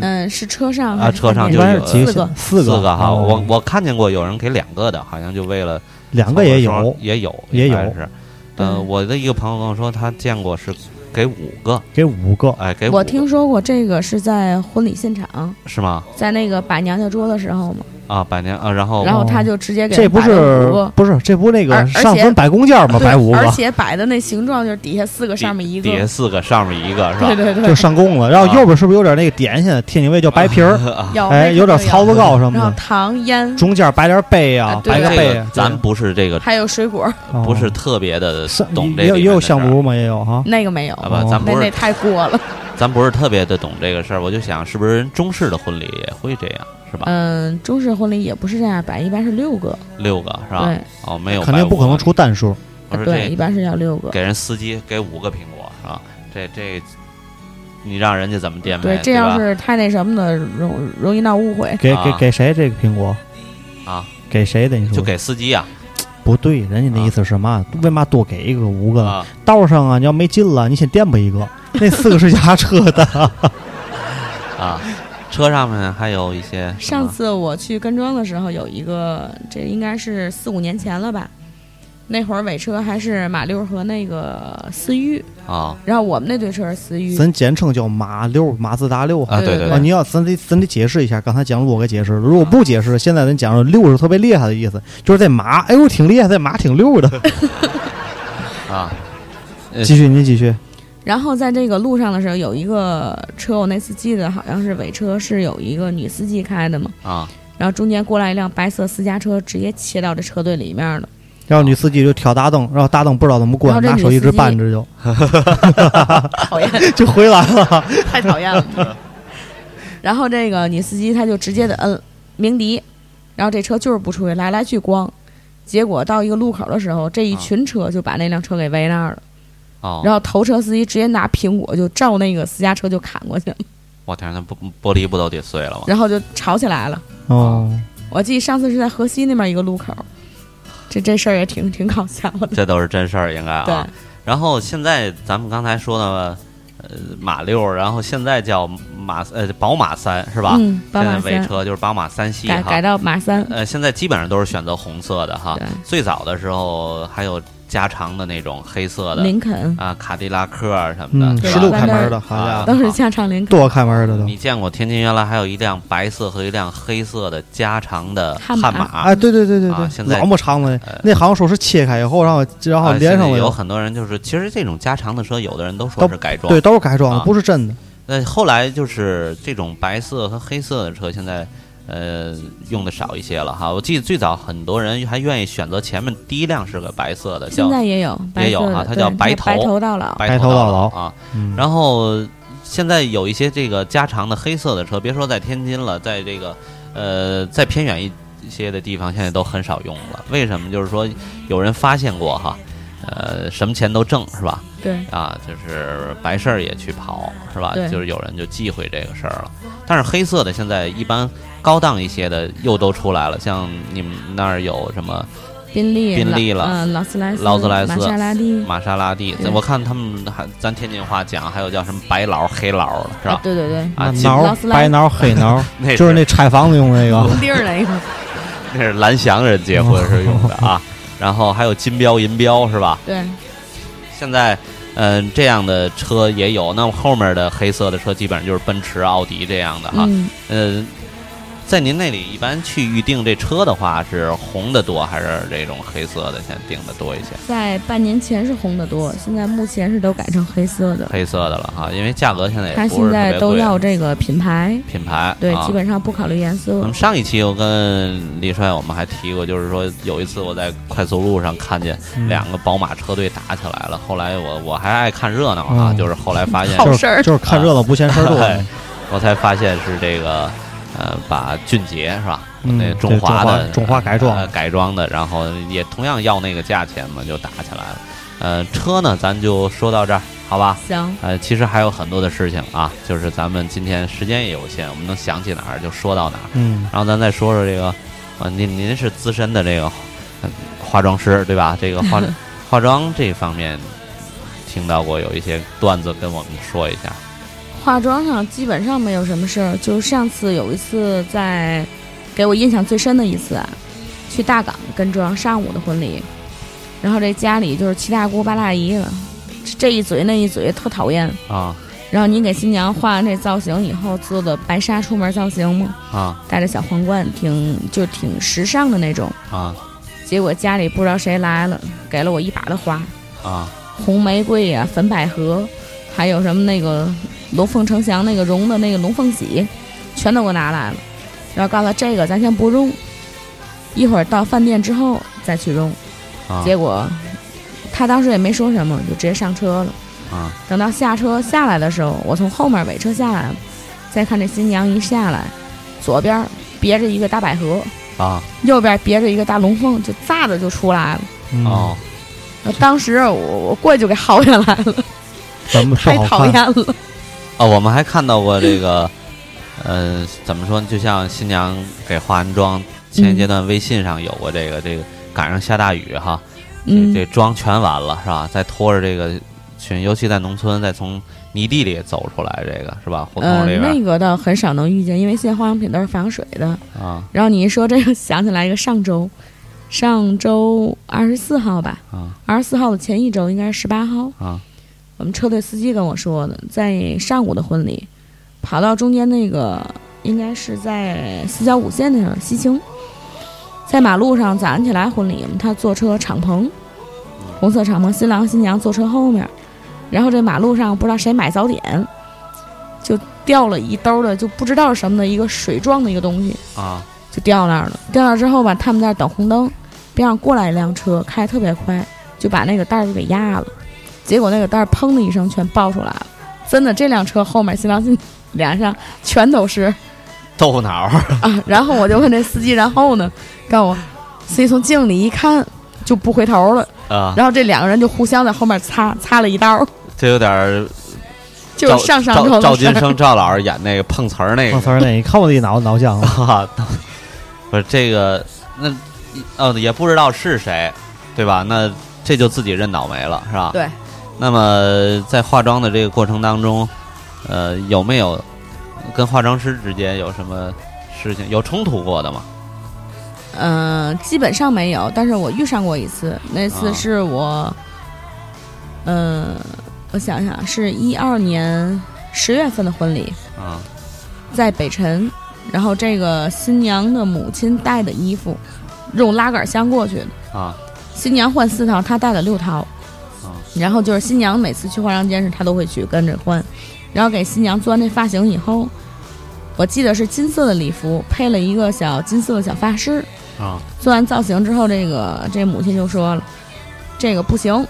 [SPEAKER 5] 嗯，是车上
[SPEAKER 2] 啊
[SPEAKER 5] 还是
[SPEAKER 2] 车上
[SPEAKER 5] 后
[SPEAKER 1] 一
[SPEAKER 2] 就
[SPEAKER 5] 面
[SPEAKER 1] 般
[SPEAKER 2] 有
[SPEAKER 1] 是几
[SPEAKER 5] 四个
[SPEAKER 1] 四
[SPEAKER 2] 四
[SPEAKER 1] 个
[SPEAKER 2] 哈，
[SPEAKER 1] 哦
[SPEAKER 2] 我我看见过有人给两个的，好像就为了
[SPEAKER 1] 两个也
[SPEAKER 2] 凑合说
[SPEAKER 1] 有，
[SPEAKER 2] 也有
[SPEAKER 1] 也有
[SPEAKER 2] 应该是。
[SPEAKER 5] 对
[SPEAKER 2] 呃，我的一个朋友跟我说，他见过是给五个，
[SPEAKER 1] 给五个，
[SPEAKER 2] 哎，给五
[SPEAKER 5] 我
[SPEAKER 2] 个
[SPEAKER 5] 听说过这个是在婚礼现场，
[SPEAKER 2] 是吗？
[SPEAKER 5] 在那个摆娘家桌的时候嘛，
[SPEAKER 2] 啊，百年啊，然后
[SPEAKER 5] 然后他就直接给
[SPEAKER 1] 这不
[SPEAKER 5] 摆了
[SPEAKER 1] 是
[SPEAKER 5] 五个
[SPEAKER 1] 不是这不那
[SPEAKER 5] 而
[SPEAKER 1] 个
[SPEAKER 5] 而且
[SPEAKER 1] 上分摆弓箭吗？
[SPEAKER 5] 对
[SPEAKER 1] 摆五
[SPEAKER 5] 而
[SPEAKER 1] 个
[SPEAKER 5] 且摆的那形状就是底下四个，
[SPEAKER 2] 底
[SPEAKER 5] 上面一个
[SPEAKER 2] 底，下四个，上面一个是吧？
[SPEAKER 5] 对对
[SPEAKER 1] 就
[SPEAKER 5] 对，
[SPEAKER 1] 上供了，然后
[SPEAKER 2] 啊
[SPEAKER 1] 右边是不是有点那个点心？天津卫叫白皮儿，
[SPEAKER 5] 有
[SPEAKER 1] 哎，有点槽
[SPEAKER 5] 糙
[SPEAKER 1] 子糕什
[SPEAKER 5] 然后
[SPEAKER 1] 么的，
[SPEAKER 5] 糖烟
[SPEAKER 1] 中间摆点贝啊
[SPEAKER 5] 啊，对
[SPEAKER 1] 摆个
[SPEAKER 5] 对
[SPEAKER 1] 贝
[SPEAKER 2] 这个
[SPEAKER 1] 啊，
[SPEAKER 2] 咱不是这个，
[SPEAKER 5] 还有水果，
[SPEAKER 1] 哦
[SPEAKER 2] 不是特别的
[SPEAKER 1] 是
[SPEAKER 2] 懂这
[SPEAKER 1] 也有
[SPEAKER 2] 个。
[SPEAKER 1] 也有香炉吗？也有哈，
[SPEAKER 5] 那个没有，
[SPEAKER 2] 啊吧，
[SPEAKER 1] 哦
[SPEAKER 2] 咱
[SPEAKER 5] 那
[SPEAKER 2] 不
[SPEAKER 5] 那
[SPEAKER 2] 是
[SPEAKER 5] 太过了。
[SPEAKER 2] 咱不是特别的懂这个事儿，我就想是不是人中式的婚礼也会这样，是吧？
[SPEAKER 5] 嗯，中式婚礼也不是这样摆，一般是六个，
[SPEAKER 2] 六个是吧？
[SPEAKER 5] 嗯对
[SPEAKER 2] 哦，没有，
[SPEAKER 1] 肯定不可能。出单数。
[SPEAKER 2] 我说
[SPEAKER 5] 对，一
[SPEAKER 2] 这
[SPEAKER 5] 般是要六个。
[SPEAKER 2] 给人司机给五个苹果是吧？这这，你让人家怎么垫背？
[SPEAKER 5] 对，这
[SPEAKER 2] 对
[SPEAKER 5] 要
[SPEAKER 2] 吧？
[SPEAKER 5] 是太那什么的，容容易闹误会。
[SPEAKER 1] 给给
[SPEAKER 2] 啊
[SPEAKER 1] 给谁这个苹果？
[SPEAKER 2] 啊，
[SPEAKER 1] 给谁的？你说
[SPEAKER 2] 就给啊司机啊
[SPEAKER 1] 不对，人家那意思是嘛？为嘛多给一个五个呢？
[SPEAKER 2] 啊！
[SPEAKER 1] 道上啊，你要没劲了，你先垫吧 一个。那四个是压车的，
[SPEAKER 2] 啊，车上面还有一些什么
[SPEAKER 5] 上次我去跟庄的时候，有一个，这应该是四五年前了吧。那会儿尾车还是马六和那个思域，
[SPEAKER 2] 啊
[SPEAKER 5] 然后我们那对车是思域，
[SPEAKER 1] 咱简称叫马六，马自达六。
[SPEAKER 2] 啊，
[SPEAKER 5] 对
[SPEAKER 2] 对
[SPEAKER 5] 对
[SPEAKER 1] 啊，你要咱得咱得解释一下，刚才讲了我给解释了，如果不解释，现在咱讲了六是特别厉害的意思，就是这马，哎呦挺厉害，这马挺溜的。
[SPEAKER 2] 啊，呃
[SPEAKER 1] 继续，您继续。
[SPEAKER 5] 然后在这个路上的时候，有一个车，我那次记得好像是尾车是有一个女司机开的嘛，
[SPEAKER 2] 啊
[SPEAKER 5] 然后中间过来一辆白色私家车，直接切到这车队里面了。
[SPEAKER 1] 然后女司机就挑大灯，然后大灯不知道怎么关，
[SPEAKER 5] 然
[SPEAKER 1] 拿
[SPEAKER 5] 后这
[SPEAKER 1] 手
[SPEAKER 5] 女
[SPEAKER 1] 一直
[SPEAKER 5] 司机
[SPEAKER 1] 扳着就
[SPEAKER 5] 讨厌，
[SPEAKER 1] 就回来 了。
[SPEAKER 5] 太讨厌了。然后这个女司机她就直接的摁鸣笛，然后这车就是不出去，来来去光。结果到一个路口的时候，这一群车就把那辆车给围那儿了。
[SPEAKER 2] 哦，
[SPEAKER 5] 然后头车司机直接拿苹果就照那个私家车就砍过去了，
[SPEAKER 2] 我天，那玻玻璃不都得碎了吗？
[SPEAKER 5] 然后就吵起来了。
[SPEAKER 1] 哦，
[SPEAKER 5] 我记得上次是在河西那边一个路口，这这事儿也挺挺搞笑的。
[SPEAKER 2] 这都是真事儿，应该
[SPEAKER 5] 对，
[SPEAKER 2] 啊。然后现在咱们刚才说的，呃，马六，然后现在叫马呃宝马三是吧？
[SPEAKER 5] 嗯，宝马
[SPEAKER 2] 现在尾
[SPEAKER 5] 三
[SPEAKER 2] 车就是宝马三系
[SPEAKER 5] 改改
[SPEAKER 2] 哈。
[SPEAKER 5] 到马三，
[SPEAKER 2] 呃，现在基本上都是选择红色的哈
[SPEAKER 5] 对。
[SPEAKER 2] 最早的时候还有加长的那种黑色的
[SPEAKER 5] 林肯
[SPEAKER 2] 啊，卡迪拉克什么
[SPEAKER 1] 嗯，
[SPEAKER 2] 的，
[SPEAKER 5] 对
[SPEAKER 1] 十
[SPEAKER 2] 是吧
[SPEAKER 1] 六
[SPEAKER 5] 咱
[SPEAKER 1] 开
[SPEAKER 5] 这
[SPEAKER 1] 门
[SPEAKER 5] 儿
[SPEAKER 1] 的，好家
[SPEAKER 2] 啊
[SPEAKER 1] 伙，
[SPEAKER 5] 都是加长林肯，
[SPEAKER 1] 多开门的都。
[SPEAKER 2] 你见过天津原来还有一辆白色和一辆黑色的加长的
[SPEAKER 5] 悍
[SPEAKER 2] 悍
[SPEAKER 5] 马
[SPEAKER 1] 哎，对对对对
[SPEAKER 2] 啊
[SPEAKER 1] 对，
[SPEAKER 2] 现在
[SPEAKER 1] 老么长了
[SPEAKER 2] 呃。
[SPEAKER 1] 那好像说是切开以后，然后然后
[SPEAKER 2] 啊
[SPEAKER 1] 连
[SPEAKER 2] 现在
[SPEAKER 1] 上了以
[SPEAKER 2] 有
[SPEAKER 1] 后，
[SPEAKER 2] 很多人就是，其实这种加长的车，有的人都说
[SPEAKER 1] 都
[SPEAKER 2] 是改装
[SPEAKER 1] 对，，都是改装的，
[SPEAKER 2] 啊
[SPEAKER 1] 不是真的。
[SPEAKER 2] 那后来就是这种白色和黑色的车，现在呃用的少一些了哈。我记得最早很多人还愿意选择前面第一辆是个白色的，
[SPEAKER 5] 现
[SPEAKER 2] 叫
[SPEAKER 5] 在也有白
[SPEAKER 2] 也有
[SPEAKER 5] 色的
[SPEAKER 2] 啊它
[SPEAKER 5] 对
[SPEAKER 2] 叫白
[SPEAKER 5] 白
[SPEAKER 2] 头
[SPEAKER 5] 到老，
[SPEAKER 2] 白
[SPEAKER 1] 头
[SPEAKER 2] 头
[SPEAKER 1] 到老
[SPEAKER 2] 老啊。
[SPEAKER 1] 嗯，
[SPEAKER 2] 然后现在有一些这个加长的黑色的车，别说在天津了，在这个呃在偏远一些的地方，现在都很少用了。为什么？就是说有人发现过哈，呃，什么钱都挣是吧？
[SPEAKER 5] 对，
[SPEAKER 2] 啊，就是白事儿也去跑，是吧
[SPEAKER 5] 对？
[SPEAKER 2] 就是有人就忌讳这个事儿了。但是黑色的现在一般高档一些的又都出来了，像你们那儿有什么
[SPEAKER 5] 宾利、
[SPEAKER 2] 宾利
[SPEAKER 5] 劳
[SPEAKER 2] 了
[SPEAKER 5] 嗯，劳斯莱斯、
[SPEAKER 2] 劳斯莱斯
[SPEAKER 5] 玛莎拉蒂，
[SPEAKER 2] 玛莎拉蒂？
[SPEAKER 5] 对
[SPEAKER 2] 我看他们还咱天津话讲，还有叫什么白劳、黑劳的是
[SPEAKER 5] 啊
[SPEAKER 2] 吧？
[SPEAKER 5] 对对对，
[SPEAKER 2] 啊，
[SPEAKER 1] 那
[SPEAKER 2] 金
[SPEAKER 1] 挠
[SPEAKER 5] 劳斯莱斯
[SPEAKER 1] 白挠黑 挠，
[SPEAKER 2] 那
[SPEAKER 1] 就是那拆房子用那个。
[SPEAKER 5] 地儿那个，
[SPEAKER 2] 那是蓝翔人结婚是用的啊。然后还有金标、银标是吧？
[SPEAKER 5] 对，
[SPEAKER 2] 现在，嗯、这样的车也有。那后面的黑色的车基本上就是奔驰、奥迪这样的哈。
[SPEAKER 5] 嗯，
[SPEAKER 2] 呃，在您那里一般去预定这车的话，是红的多还是这种黑色的先定的多一些？
[SPEAKER 5] 在半年前是红的多，现在目前是都改成黑色的。
[SPEAKER 2] 黑色的了哈，因为价格现在也不
[SPEAKER 5] 它现
[SPEAKER 2] 是特
[SPEAKER 5] 在
[SPEAKER 2] 别
[SPEAKER 5] 都
[SPEAKER 2] 贵
[SPEAKER 5] 要这个品牌，
[SPEAKER 2] 品牌，
[SPEAKER 5] 对，
[SPEAKER 2] 啊嗯
[SPEAKER 5] 基本上不考虑颜
[SPEAKER 2] 那
[SPEAKER 5] 色
[SPEAKER 2] 么。上一期我跟李帅我们还提过，就是说有一次我在快速路上看见
[SPEAKER 1] 嗯
[SPEAKER 2] 两个宝马车队打起来了，后来我我还爱看热闹啊，
[SPEAKER 1] 嗯
[SPEAKER 2] 就是后来发现
[SPEAKER 5] 好
[SPEAKER 1] 就
[SPEAKER 5] 事儿
[SPEAKER 1] 是就是看热闹不嫌事儿多。
[SPEAKER 2] 哎我才发现是这个呃把俊杰是吧？
[SPEAKER 1] 嗯
[SPEAKER 2] 那
[SPEAKER 1] 对
[SPEAKER 2] 中华的
[SPEAKER 1] 中华改装
[SPEAKER 2] 呃改装的，然后也同样要那个价钱嘛，就打起来了。呃，车呢，咱就说到这儿，好吧？
[SPEAKER 5] 行，
[SPEAKER 2] 呃，其实还有很多的事情啊，就是咱们今天时间也有限，我们能想起哪儿就说到哪儿。
[SPEAKER 1] 嗯，
[SPEAKER 2] 然后咱再说说这个，呃，您您是资深的这个呃化妆师对吧？这个化化妆这方面，听到过有一些段子跟我们说一下。
[SPEAKER 5] 化妆上基本上没有什么事儿，就是上次有一次在给我印象最深的一次啊，去大港跟这上午的婚礼，然后这家里就是七大姑八大姨了，这这一嘴那一嘴特讨厌。
[SPEAKER 2] 啊
[SPEAKER 5] 然后你给新娘画完这造型以后，做的白纱出门造型嘛，
[SPEAKER 2] 啊
[SPEAKER 5] 戴着小皇冠，挺就挺时尚的那种。
[SPEAKER 2] 啊
[SPEAKER 5] 结果家里不知道谁来了，给了我一把的花，
[SPEAKER 2] 啊！
[SPEAKER 5] 红玫瑰呀、粉百合，还有什么那个龙凤呈祥那个绒的那个龙凤喜，全都给我拿来了。然后告诉他这个咱先不用，一会儿到饭店之后再去用。
[SPEAKER 2] 啊
[SPEAKER 5] 结果他当时也没说什么，就直接上车了。
[SPEAKER 2] 啊
[SPEAKER 5] 等到下车下来的时候，我从后面尾车下来了，再看这新娘一下来，左边别着一个大百合，
[SPEAKER 2] 啊
[SPEAKER 5] 右边别着一个大龙凤，就咋的就出来了。
[SPEAKER 1] 嗯
[SPEAKER 2] 哦，
[SPEAKER 5] 呃当时我我过去就给薅下来了，
[SPEAKER 1] 咱们不
[SPEAKER 5] 太
[SPEAKER 1] 好
[SPEAKER 5] 讨
[SPEAKER 1] 看。
[SPEAKER 5] 厌了。
[SPEAKER 2] 啊！我们还看到过这个，呃，怎么说呢？就像新娘给化完妆，前一阶段微信上有过这个这个，赶上下大雨哈，这
[SPEAKER 5] 嗯，
[SPEAKER 2] 这妆全完了是吧？再拖着这个裙，尤其在农村，再从泥地里走出来，这个是吧？胡同
[SPEAKER 5] 呃，
[SPEAKER 2] 这
[SPEAKER 5] 那
[SPEAKER 2] 边
[SPEAKER 5] 个倒很少能遇见，因为现在化妆品都是防水的。
[SPEAKER 2] 啊
[SPEAKER 5] 然后你一说这个，想起来一个上周，上周二十四号吧，
[SPEAKER 2] 啊
[SPEAKER 5] 二十四号的前一周应该是十八号，
[SPEAKER 2] 啊
[SPEAKER 5] 我们车队司机跟我说的，在上午的婚礼，跑到中间那个应该是在四角五线那上西青，在马路上早上起来婚礼，他坐车敞篷，红色敞篷，新郎新娘坐车后面，然后这马路上不知道谁买早点，就掉了一兜的就不知道什么的一个水状的一个东西，
[SPEAKER 2] 啊
[SPEAKER 5] 就掉那儿了。掉那儿之后吧，他们在那儿等红灯，边上过来一辆车，开得特别快，就把那个袋儿就给压了。结果那个袋儿砰的一声全爆出来了，真的，这辆车后面新郎新脸上全 都是
[SPEAKER 2] 豆脑儿
[SPEAKER 5] 啊。然后我就问这司机，然后呢，告诉我，司机从镜里一看就不回头了。
[SPEAKER 2] 啊，
[SPEAKER 5] 然后这两个人就互相在后面擦擦了一道儿，
[SPEAKER 2] 这有点儿
[SPEAKER 5] 就
[SPEAKER 2] 赵
[SPEAKER 5] 是上上周
[SPEAKER 2] 赵
[SPEAKER 5] 的
[SPEAKER 2] 赵
[SPEAKER 5] 事儿
[SPEAKER 2] 金生赵老师演那个碰瓷儿那个
[SPEAKER 1] 我。操，那你看我自己脑脑浆了。
[SPEAKER 2] 啊， 不是这个，那呃也不知道是谁，对吧？那这就自己认倒霉了，是吧？
[SPEAKER 5] 对。
[SPEAKER 2] 那么在化妆的这个过程当中，呃，有没有跟化妆师之间有什么事情有冲突过的吗？
[SPEAKER 5] 嗯、基本上没有，但是我遇上过一次，那次
[SPEAKER 2] 啊
[SPEAKER 5] 是我，嗯、我想想，是一二年十月份的婚礼，
[SPEAKER 2] 啊
[SPEAKER 5] 在北辰，然后这个新娘的母亲带的衣服，用拉杆箱过去的，
[SPEAKER 2] 啊
[SPEAKER 5] 新娘换四套，她带了六套，
[SPEAKER 2] 啊
[SPEAKER 5] 然后就是新娘每次去化妆间时，她都会去跟着换，然后给新娘做完这发型以后，我记得是金色的礼服，配了一个小金色的小发饰。
[SPEAKER 2] 啊
[SPEAKER 5] 做完造型之后，这个这母亲就说了，这个不行，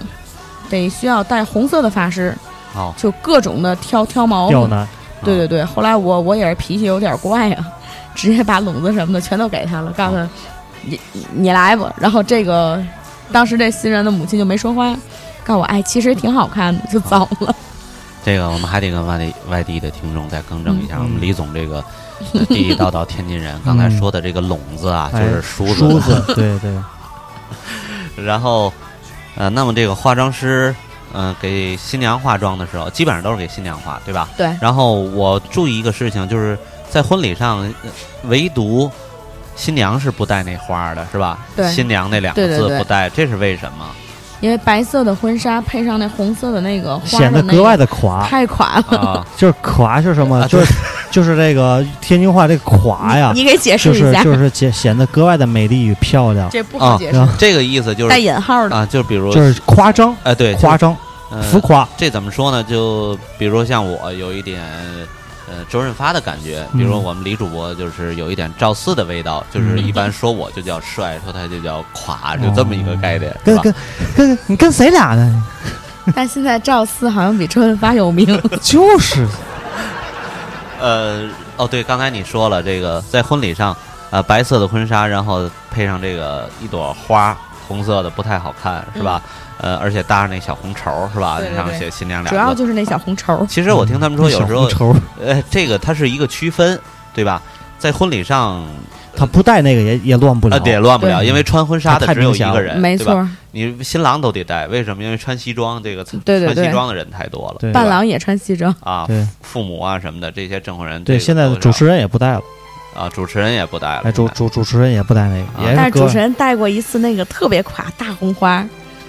[SPEAKER 5] 得需要戴红色的发饰，
[SPEAKER 2] 好
[SPEAKER 5] 就各种的挑挑毛
[SPEAKER 1] 刁
[SPEAKER 5] 病。
[SPEAKER 1] 难，
[SPEAKER 5] 对对
[SPEAKER 1] 啊
[SPEAKER 5] 对，后来我我也是脾气有点怪呀、 直接把笼子什么的全都给他了，告诉
[SPEAKER 1] 啊
[SPEAKER 5] 他、你你你来吧。然后这个当时这新人的母亲就没说话，告诉我哎，其实挺好看的，
[SPEAKER 1] 啊
[SPEAKER 5] 就走了。
[SPEAKER 2] 这个我们还得跟外地外地的听众再更正一下，
[SPEAKER 1] 嗯
[SPEAKER 2] 我们李总这个呃地地道道天津人，刚才
[SPEAKER 1] 嗯
[SPEAKER 2] 说的这个笼子啊，就是
[SPEAKER 1] 哎
[SPEAKER 2] 梳子
[SPEAKER 1] 梳子，对 对，
[SPEAKER 2] 然后，呃，那么这个化妆师，嗯、给新娘化妆的时候，基本上都是给新娘化，对吧？
[SPEAKER 5] 对
[SPEAKER 2] 然后我注意一个事情，就是在婚礼上，呃唯独新娘是不带那花儿的，是吧？
[SPEAKER 5] 对
[SPEAKER 2] 新娘那两个
[SPEAKER 5] 对
[SPEAKER 2] 字
[SPEAKER 5] 对对
[SPEAKER 2] 不带，这是为什么
[SPEAKER 5] 因为白色的婚纱配上那红色的那个花
[SPEAKER 1] 显
[SPEAKER 5] 的
[SPEAKER 1] 得
[SPEAKER 5] 那
[SPEAKER 1] 格外
[SPEAKER 5] 的
[SPEAKER 1] 的垮，
[SPEAKER 5] 太垮了。
[SPEAKER 2] 啊？
[SPEAKER 1] 就是垮是什么？
[SPEAKER 2] 啊
[SPEAKER 1] 就是就是这个天津话这垮啊哎呀，
[SPEAKER 5] 你给解释
[SPEAKER 1] 就
[SPEAKER 5] 一
[SPEAKER 1] 是
[SPEAKER 5] 下，
[SPEAKER 1] 就是显显得格外的美丽与漂亮，
[SPEAKER 5] 这不好解释，
[SPEAKER 1] 啊
[SPEAKER 2] 这个意思就
[SPEAKER 5] 带
[SPEAKER 2] 是
[SPEAKER 5] 引号的，
[SPEAKER 2] 啊，就比如
[SPEAKER 1] 就是夸张，
[SPEAKER 2] 哎对，
[SPEAKER 1] 夸张，
[SPEAKER 2] 呃
[SPEAKER 1] 浮夸，
[SPEAKER 2] 这怎么说呢？就比如像我有一点，呃，周润发的感觉。比如
[SPEAKER 1] 嗯
[SPEAKER 2] 我们李主播就是有一点赵四的味道，就是
[SPEAKER 1] 嗯
[SPEAKER 2] 一般说我就叫帅，说他就叫垮，就这么一个概念，是
[SPEAKER 1] 哦跟
[SPEAKER 2] 吧？
[SPEAKER 1] 跟跟你跟谁俩呢？
[SPEAKER 5] 但现在赵四好像比周润发有名，
[SPEAKER 1] 就是
[SPEAKER 2] 呃，哦对，刚才你说了这个在婚礼上，呃，白色的婚纱，然后配上这个一朵花，红色的不太好看，是吧？
[SPEAKER 1] 嗯
[SPEAKER 2] 呃，而且搭上那小红绸，是吧？
[SPEAKER 5] 对对
[SPEAKER 2] 那上
[SPEAKER 5] 对
[SPEAKER 2] 写新娘
[SPEAKER 5] 主要
[SPEAKER 2] 俩字。
[SPEAKER 5] 就是那小红绸，
[SPEAKER 2] 其实我听他们说，有时候
[SPEAKER 1] 嗯那小红绸
[SPEAKER 2] 呃，这个它是一个区分，对吧？在婚礼上
[SPEAKER 1] 他不戴那个也也乱不了，
[SPEAKER 2] 啊，对，乱不了，
[SPEAKER 5] 对
[SPEAKER 2] 因为穿婚纱的
[SPEAKER 1] 太
[SPEAKER 2] 只有
[SPEAKER 1] 明
[SPEAKER 2] 一
[SPEAKER 1] 显
[SPEAKER 2] 个
[SPEAKER 1] 了
[SPEAKER 2] 人，
[SPEAKER 5] 没
[SPEAKER 2] 对吧
[SPEAKER 5] 错，
[SPEAKER 2] 你新郎都得带，为什么？因为穿西装，这个穿
[SPEAKER 5] 对对
[SPEAKER 2] 穿西
[SPEAKER 5] 对，
[SPEAKER 2] 装的人太多了，
[SPEAKER 1] 对
[SPEAKER 5] 伴郎也穿西装，
[SPEAKER 2] 啊，
[SPEAKER 1] 对
[SPEAKER 2] 父母啊什么的这些证婚人这
[SPEAKER 1] 对，
[SPEAKER 2] 个
[SPEAKER 1] 现在
[SPEAKER 2] 都
[SPEAKER 1] 的
[SPEAKER 2] 是
[SPEAKER 1] 主持人也不戴了，
[SPEAKER 2] 啊，主持人也不带了，
[SPEAKER 1] 哎，主
[SPEAKER 2] 现
[SPEAKER 1] 主主持人也不戴哎那
[SPEAKER 2] 啊
[SPEAKER 1] 个，也
[SPEAKER 5] 但是
[SPEAKER 1] 哥
[SPEAKER 5] 主持人戴过一次那个特别垮大红花，
[SPEAKER 2] 在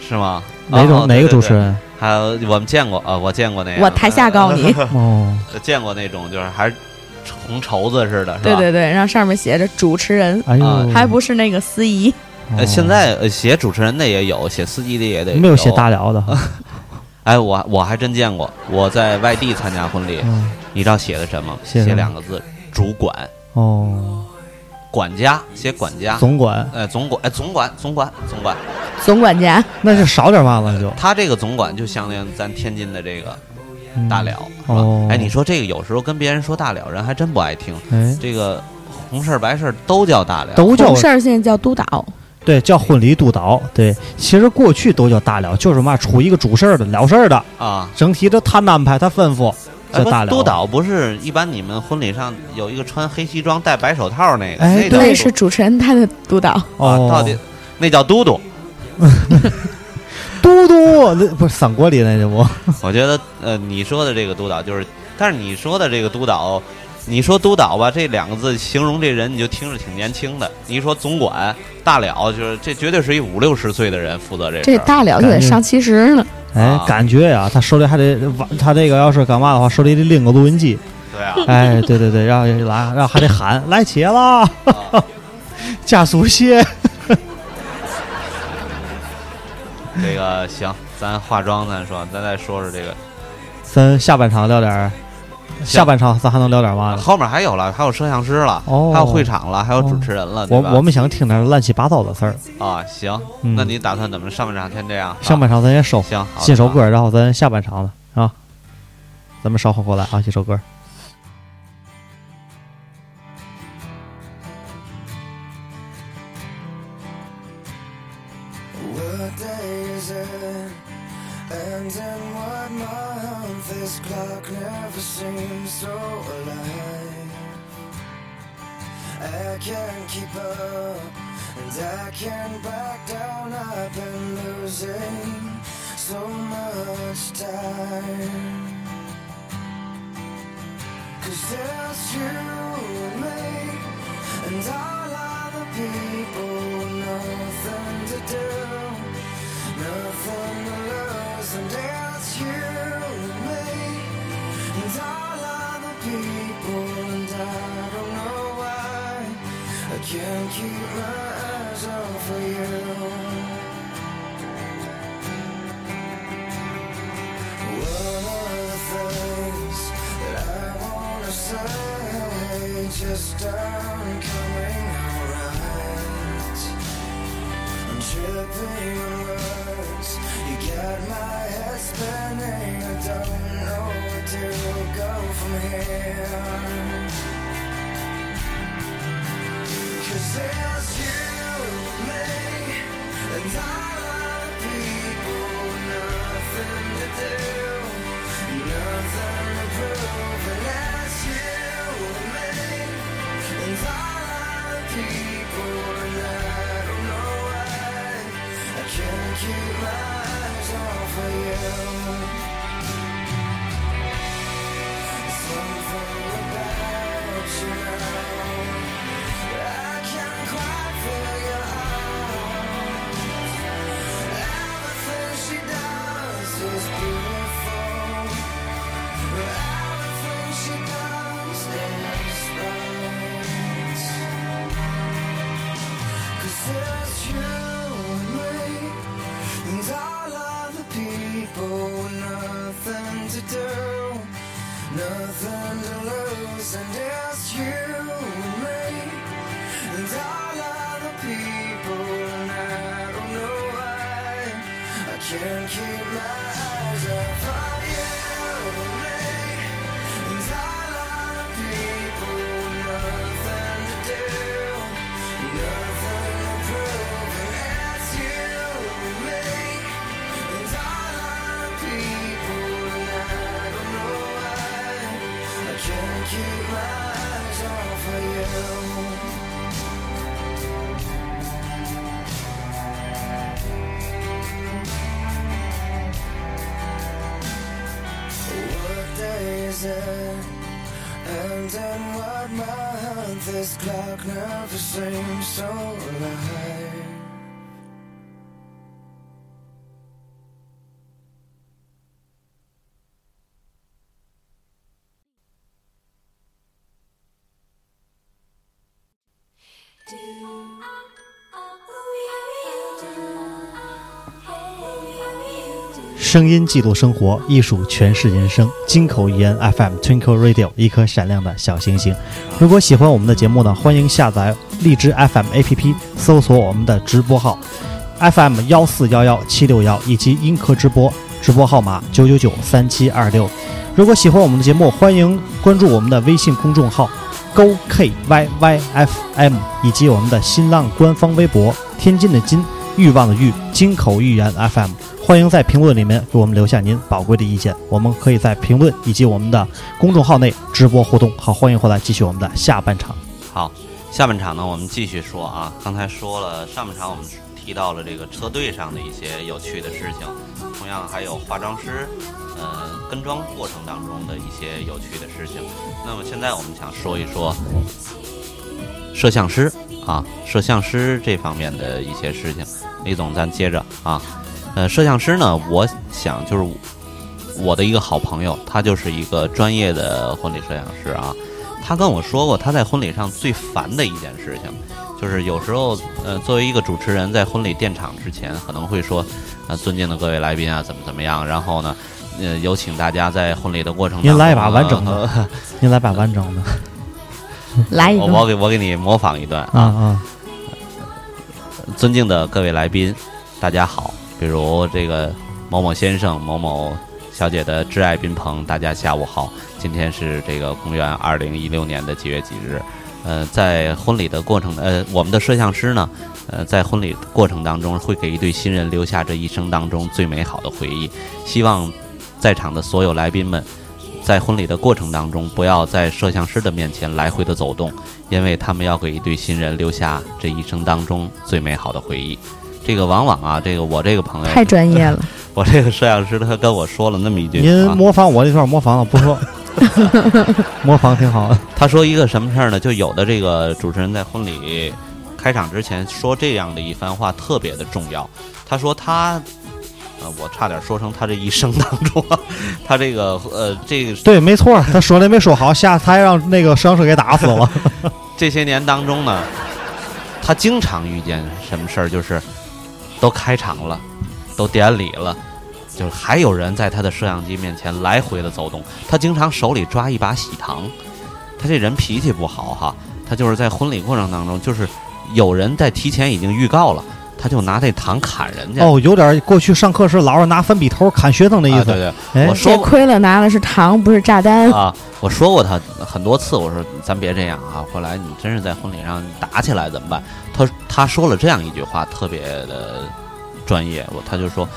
[SPEAKER 2] 是吗？
[SPEAKER 1] 哪
[SPEAKER 2] 哦
[SPEAKER 1] 种哪个主持？
[SPEAKER 2] 对对对
[SPEAKER 1] 人？
[SPEAKER 2] 还有我们见过啊，我见过那样
[SPEAKER 5] 我台下告你，
[SPEAKER 1] 哦，
[SPEAKER 2] 呃 见过那种就是还是红绸子似的，是吧？
[SPEAKER 1] 哦
[SPEAKER 5] 对对对，然后上面写着主持人，
[SPEAKER 1] 哎
[SPEAKER 2] 啊
[SPEAKER 1] 呦，
[SPEAKER 5] 还不是那个司仪，
[SPEAKER 2] 呃，
[SPEAKER 1] 哦
[SPEAKER 2] 现在呃写主持人的也有，写司机的也得
[SPEAKER 1] 没有写大辽的，
[SPEAKER 2] 哎，我我还真见过，我在外地参加婚礼，
[SPEAKER 1] 嗯
[SPEAKER 2] 你知道写的什么吗？
[SPEAKER 1] 写什么
[SPEAKER 2] 写两个字，主管。
[SPEAKER 1] 哦，
[SPEAKER 2] 管家，写管家，
[SPEAKER 1] 总管
[SPEAKER 2] 呃，总管，哎，总管，总管，总管，
[SPEAKER 5] 总管家，
[SPEAKER 1] 那就少点嘛了就
[SPEAKER 2] 他这个总管就相当于咱天津的这个
[SPEAKER 1] 嗯
[SPEAKER 2] 大了，是吧？
[SPEAKER 1] 哦
[SPEAKER 2] 哎，你说这个有时候跟别人说大了，人还真不爱听。
[SPEAKER 1] 哎，
[SPEAKER 2] 这个红事儿白事儿都叫大了，
[SPEAKER 1] 都叫
[SPEAKER 5] 红事儿现在叫督导，
[SPEAKER 1] 对，叫婚礼督导。对，其实过去都叫大了，就是嘛，出一个主事儿的了事儿的，
[SPEAKER 2] 啊。
[SPEAKER 1] 整体的他安排，他吩咐
[SPEAKER 2] 哎
[SPEAKER 1] 叫大
[SPEAKER 2] 不
[SPEAKER 1] 了。
[SPEAKER 2] 督导不是一般你们婚礼上有一个穿黑西装戴白手套那个，
[SPEAKER 1] 哎
[SPEAKER 2] 那叫
[SPEAKER 1] 对
[SPEAKER 5] 那
[SPEAKER 2] 督
[SPEAKER 5] 是主持人戴的督导，
[SPEAKER 2] 啊，
[SPEAKER 1] 哦，
[SPEAKER 2] 到底那叫嘟嘟。
[SPEAKER 1] 嘟嘟，那不是三国里那个不？
[SPEAKER 2] 我觉得呃，你说的这个督导就是，但是你说的这个督导，你说督导吧，这两个字形容这人，你就听着挺年轻的。你一说总管大了，就是这绝对是一五六十岁的人负责这事
[SPEAKER 5] 这
[SPEAKER 2] 儿。
[SPEAKER 5] 大了就得上七十了，
[SPEAKER 1] 哎
[SPEAKER 2] 啊，
[SPEAKER 1] 感觉呀、他手里还得往，他这个要是干嘛的话，手里得拎个录音 机。
[SPEAKER 2] 对啊，
[SPEAKER 1] 哎，对对对，然后来，然后还得喊来姐啦，
[SPEAKER 2] 啊
[SPEAKER 1] 家属谢。
[SPEAKER 2] 这个行，咱化妆咱说，咱再说说这个，
[SPEAKER 1] 咱下半场聊点儿，下半场咱还能聊点嘛呢？
[SPEAKER 2] 后面还有了，还有摄像师了，
[SPEAKER 1] 哦
[SPEAKER 2] 还有会场了，还有主持人了，
[SPEAKER 1] 我
[SPEAKER 2] 对吧？
[SPEAKER 1] 我们想听点乱七八糟的事儿。
[SPEAKER 2] 啊，行，
[SPEAKER 1] 嗯
[SPEAKER 2] 那你打算怎么上半场先这样？
[SPEAKER 1] 上半场咱也收
[SPEAKER 2] 啊，行，好的
[SPEAKER 1] 新首歌，然后咱下半场了啊，咱们稍后过来啊，这首歌。
[SPEAKER 3] What day is it? And in what month this clock never seems so alive? I can't keep up and I can't back down. I've been losing so much time. Cause it's you and me and all other people with nothing to do, nothing to lose, and it's you and me, and all other people, and I don't know why I can't keep my eyes off of you. One of the things that I wanna say just aren't coming out right. I'm tripping on words. You got my head spinning. I don't know where to go from here. Cause it's you and me and all other people. Nothing to do, nothing to prove, and that's you and me and all other people. And I don't know why I can't keep my eyes off of you. Something about you now. I can't quite figure out. nothing to lose, and it's you and me, and all other people, and I don't know why I can't keep my eyes off of you and me, and all other people, nothing to do, nothing to prove, and it's you and me. And all other people, and I don't know why I can't keep my eyes off of you. What day is it? And in what month? This clock never seems so alive.
[SPEAKER 6] Do ah ah ooh yeah yeah. Do ah
[SPEAKER 1] 声音记录生活，艺术诠释人生。金口一言 FM Twinkle Radio，一颗闪亮的小星星。如果喜欢我们的节目呢，欢迎下载荔枝 FM APP，搜索我们的直播号 FM 幺四幺幺七六幺，以及音科直播，直播号码九九九三七二六。如果喜欢我们的节目，欢迎关注我们的微信公众号 “go k y y f m” 以及我们的新浪官方微博“天津的津”。欲望的欲，金口玉言 FM，欢迎在评论里面给我们留下您宝贵的意见，我们可以在评论以及我们的公众号内直播互动。好，欢迎回来继续我们的下半场。
[SPEAKER 2] 好，下半场呢，我们继续说啊。刚才说了上半场我们提到了这个车队上的一些有趣的事情，同样还有化妆师，呃，跟妆过程当中的一些有趣的事情。那么现在我们想说一说摄像师啊，摄像师这方面的一些事情。李总，咱接着啊，呃，摄像师呢，我想就是我我的一个好朋友，他就是一个专业的婚礼摄像师啊。他跟我说过，他在婚礼上最烦的一件事情，就是有时候，呃，作为一个主持人，在婚礼电场之前，可能会说，啊，尊敬的各位来宾啊，怎么怎么样，然后呢，呃，有请大家在婚礼的过程当中，
[SPEAKER 1] 您来一把完整的
[SPEAKER 2] 呃，
[SPEAKER 1] 您来把完 整的
[SPEAKER 5] 来一
[SPEAKER 2] 我我
[SPEAKER 5] 个，
[SPEAKER 2] 给我给你模仿一段
[SPEAKER 1] 啊啊，
[SPEAKER 2] 尊敬的各位来宾，大家好，比如这个某某先生、某某小姐的挚爱宾朋，大家下午好。今天是这个公元二零一六年的几月几日？呃，在婚礼的过程，呃，我们的摄像师呢，呃，在婚礼过程当中会给一对新人留下这一生当中最美好的回忆。希望在场的所有来宾们，在婚礼的过程当中，不要在摄像师的面前来回的走动，因为他们要给一对新人留下这一生当中最美好的回忆。这个往往啊，这个我这个朋友，
[SPEAKER 5] 太专业了，
[SPEAKER 2] 我这个摄像师他跟我说了那么一句，
[SPEAKER 1] 您
[SPEAKER 2] 啊、
[SPEAKER 1] 模仿我那段模仿了，不 说，模仿挺好的。
[SPEAKER 2] 他说一个什么事儿呢？就有的这个主持人在婚礼开场之前说这样的一番话特别的重要。他说他，呃，我差点说成他这一生当中 啊，他这个呃，这个
[SPEAKER 1] 对，没错，他说的没说好，下他还让那个摄像师给打死了。
[SPEAKER 2] 这些年当中呢，他经常遇见什么事儿，就是都开场了，都典礼了，就是还有人在他的摄像机面前来回的走动。他经常手里抓一把喜糖，他这人脾气不好哈，他就是在婚礼过程当中，就是有人在提前已经预告了，他就拿那糖砍人家。
[SPEAKER 1] 哦，有点过去上课时老是拿粉笔头砍学生的意
[SPEAKER 2] 啊，
[SPEAKER 1] 思。
[SPEAKER 2] 对对，
[SPEAKER 1] 哎
[SPEAKER 2] 我
[SPEAKER 5] 这
[SPEAKER 2] 说过
[SPEAKER 5] 亏了拿的是糖，不是炸弹。
[SPEAKER 2] 啊，我说过他很多次，我说咱别这样啊，后来你真是在婚礼上打起来怎么办？他他说了这样一句话，特别的专业，我他就说，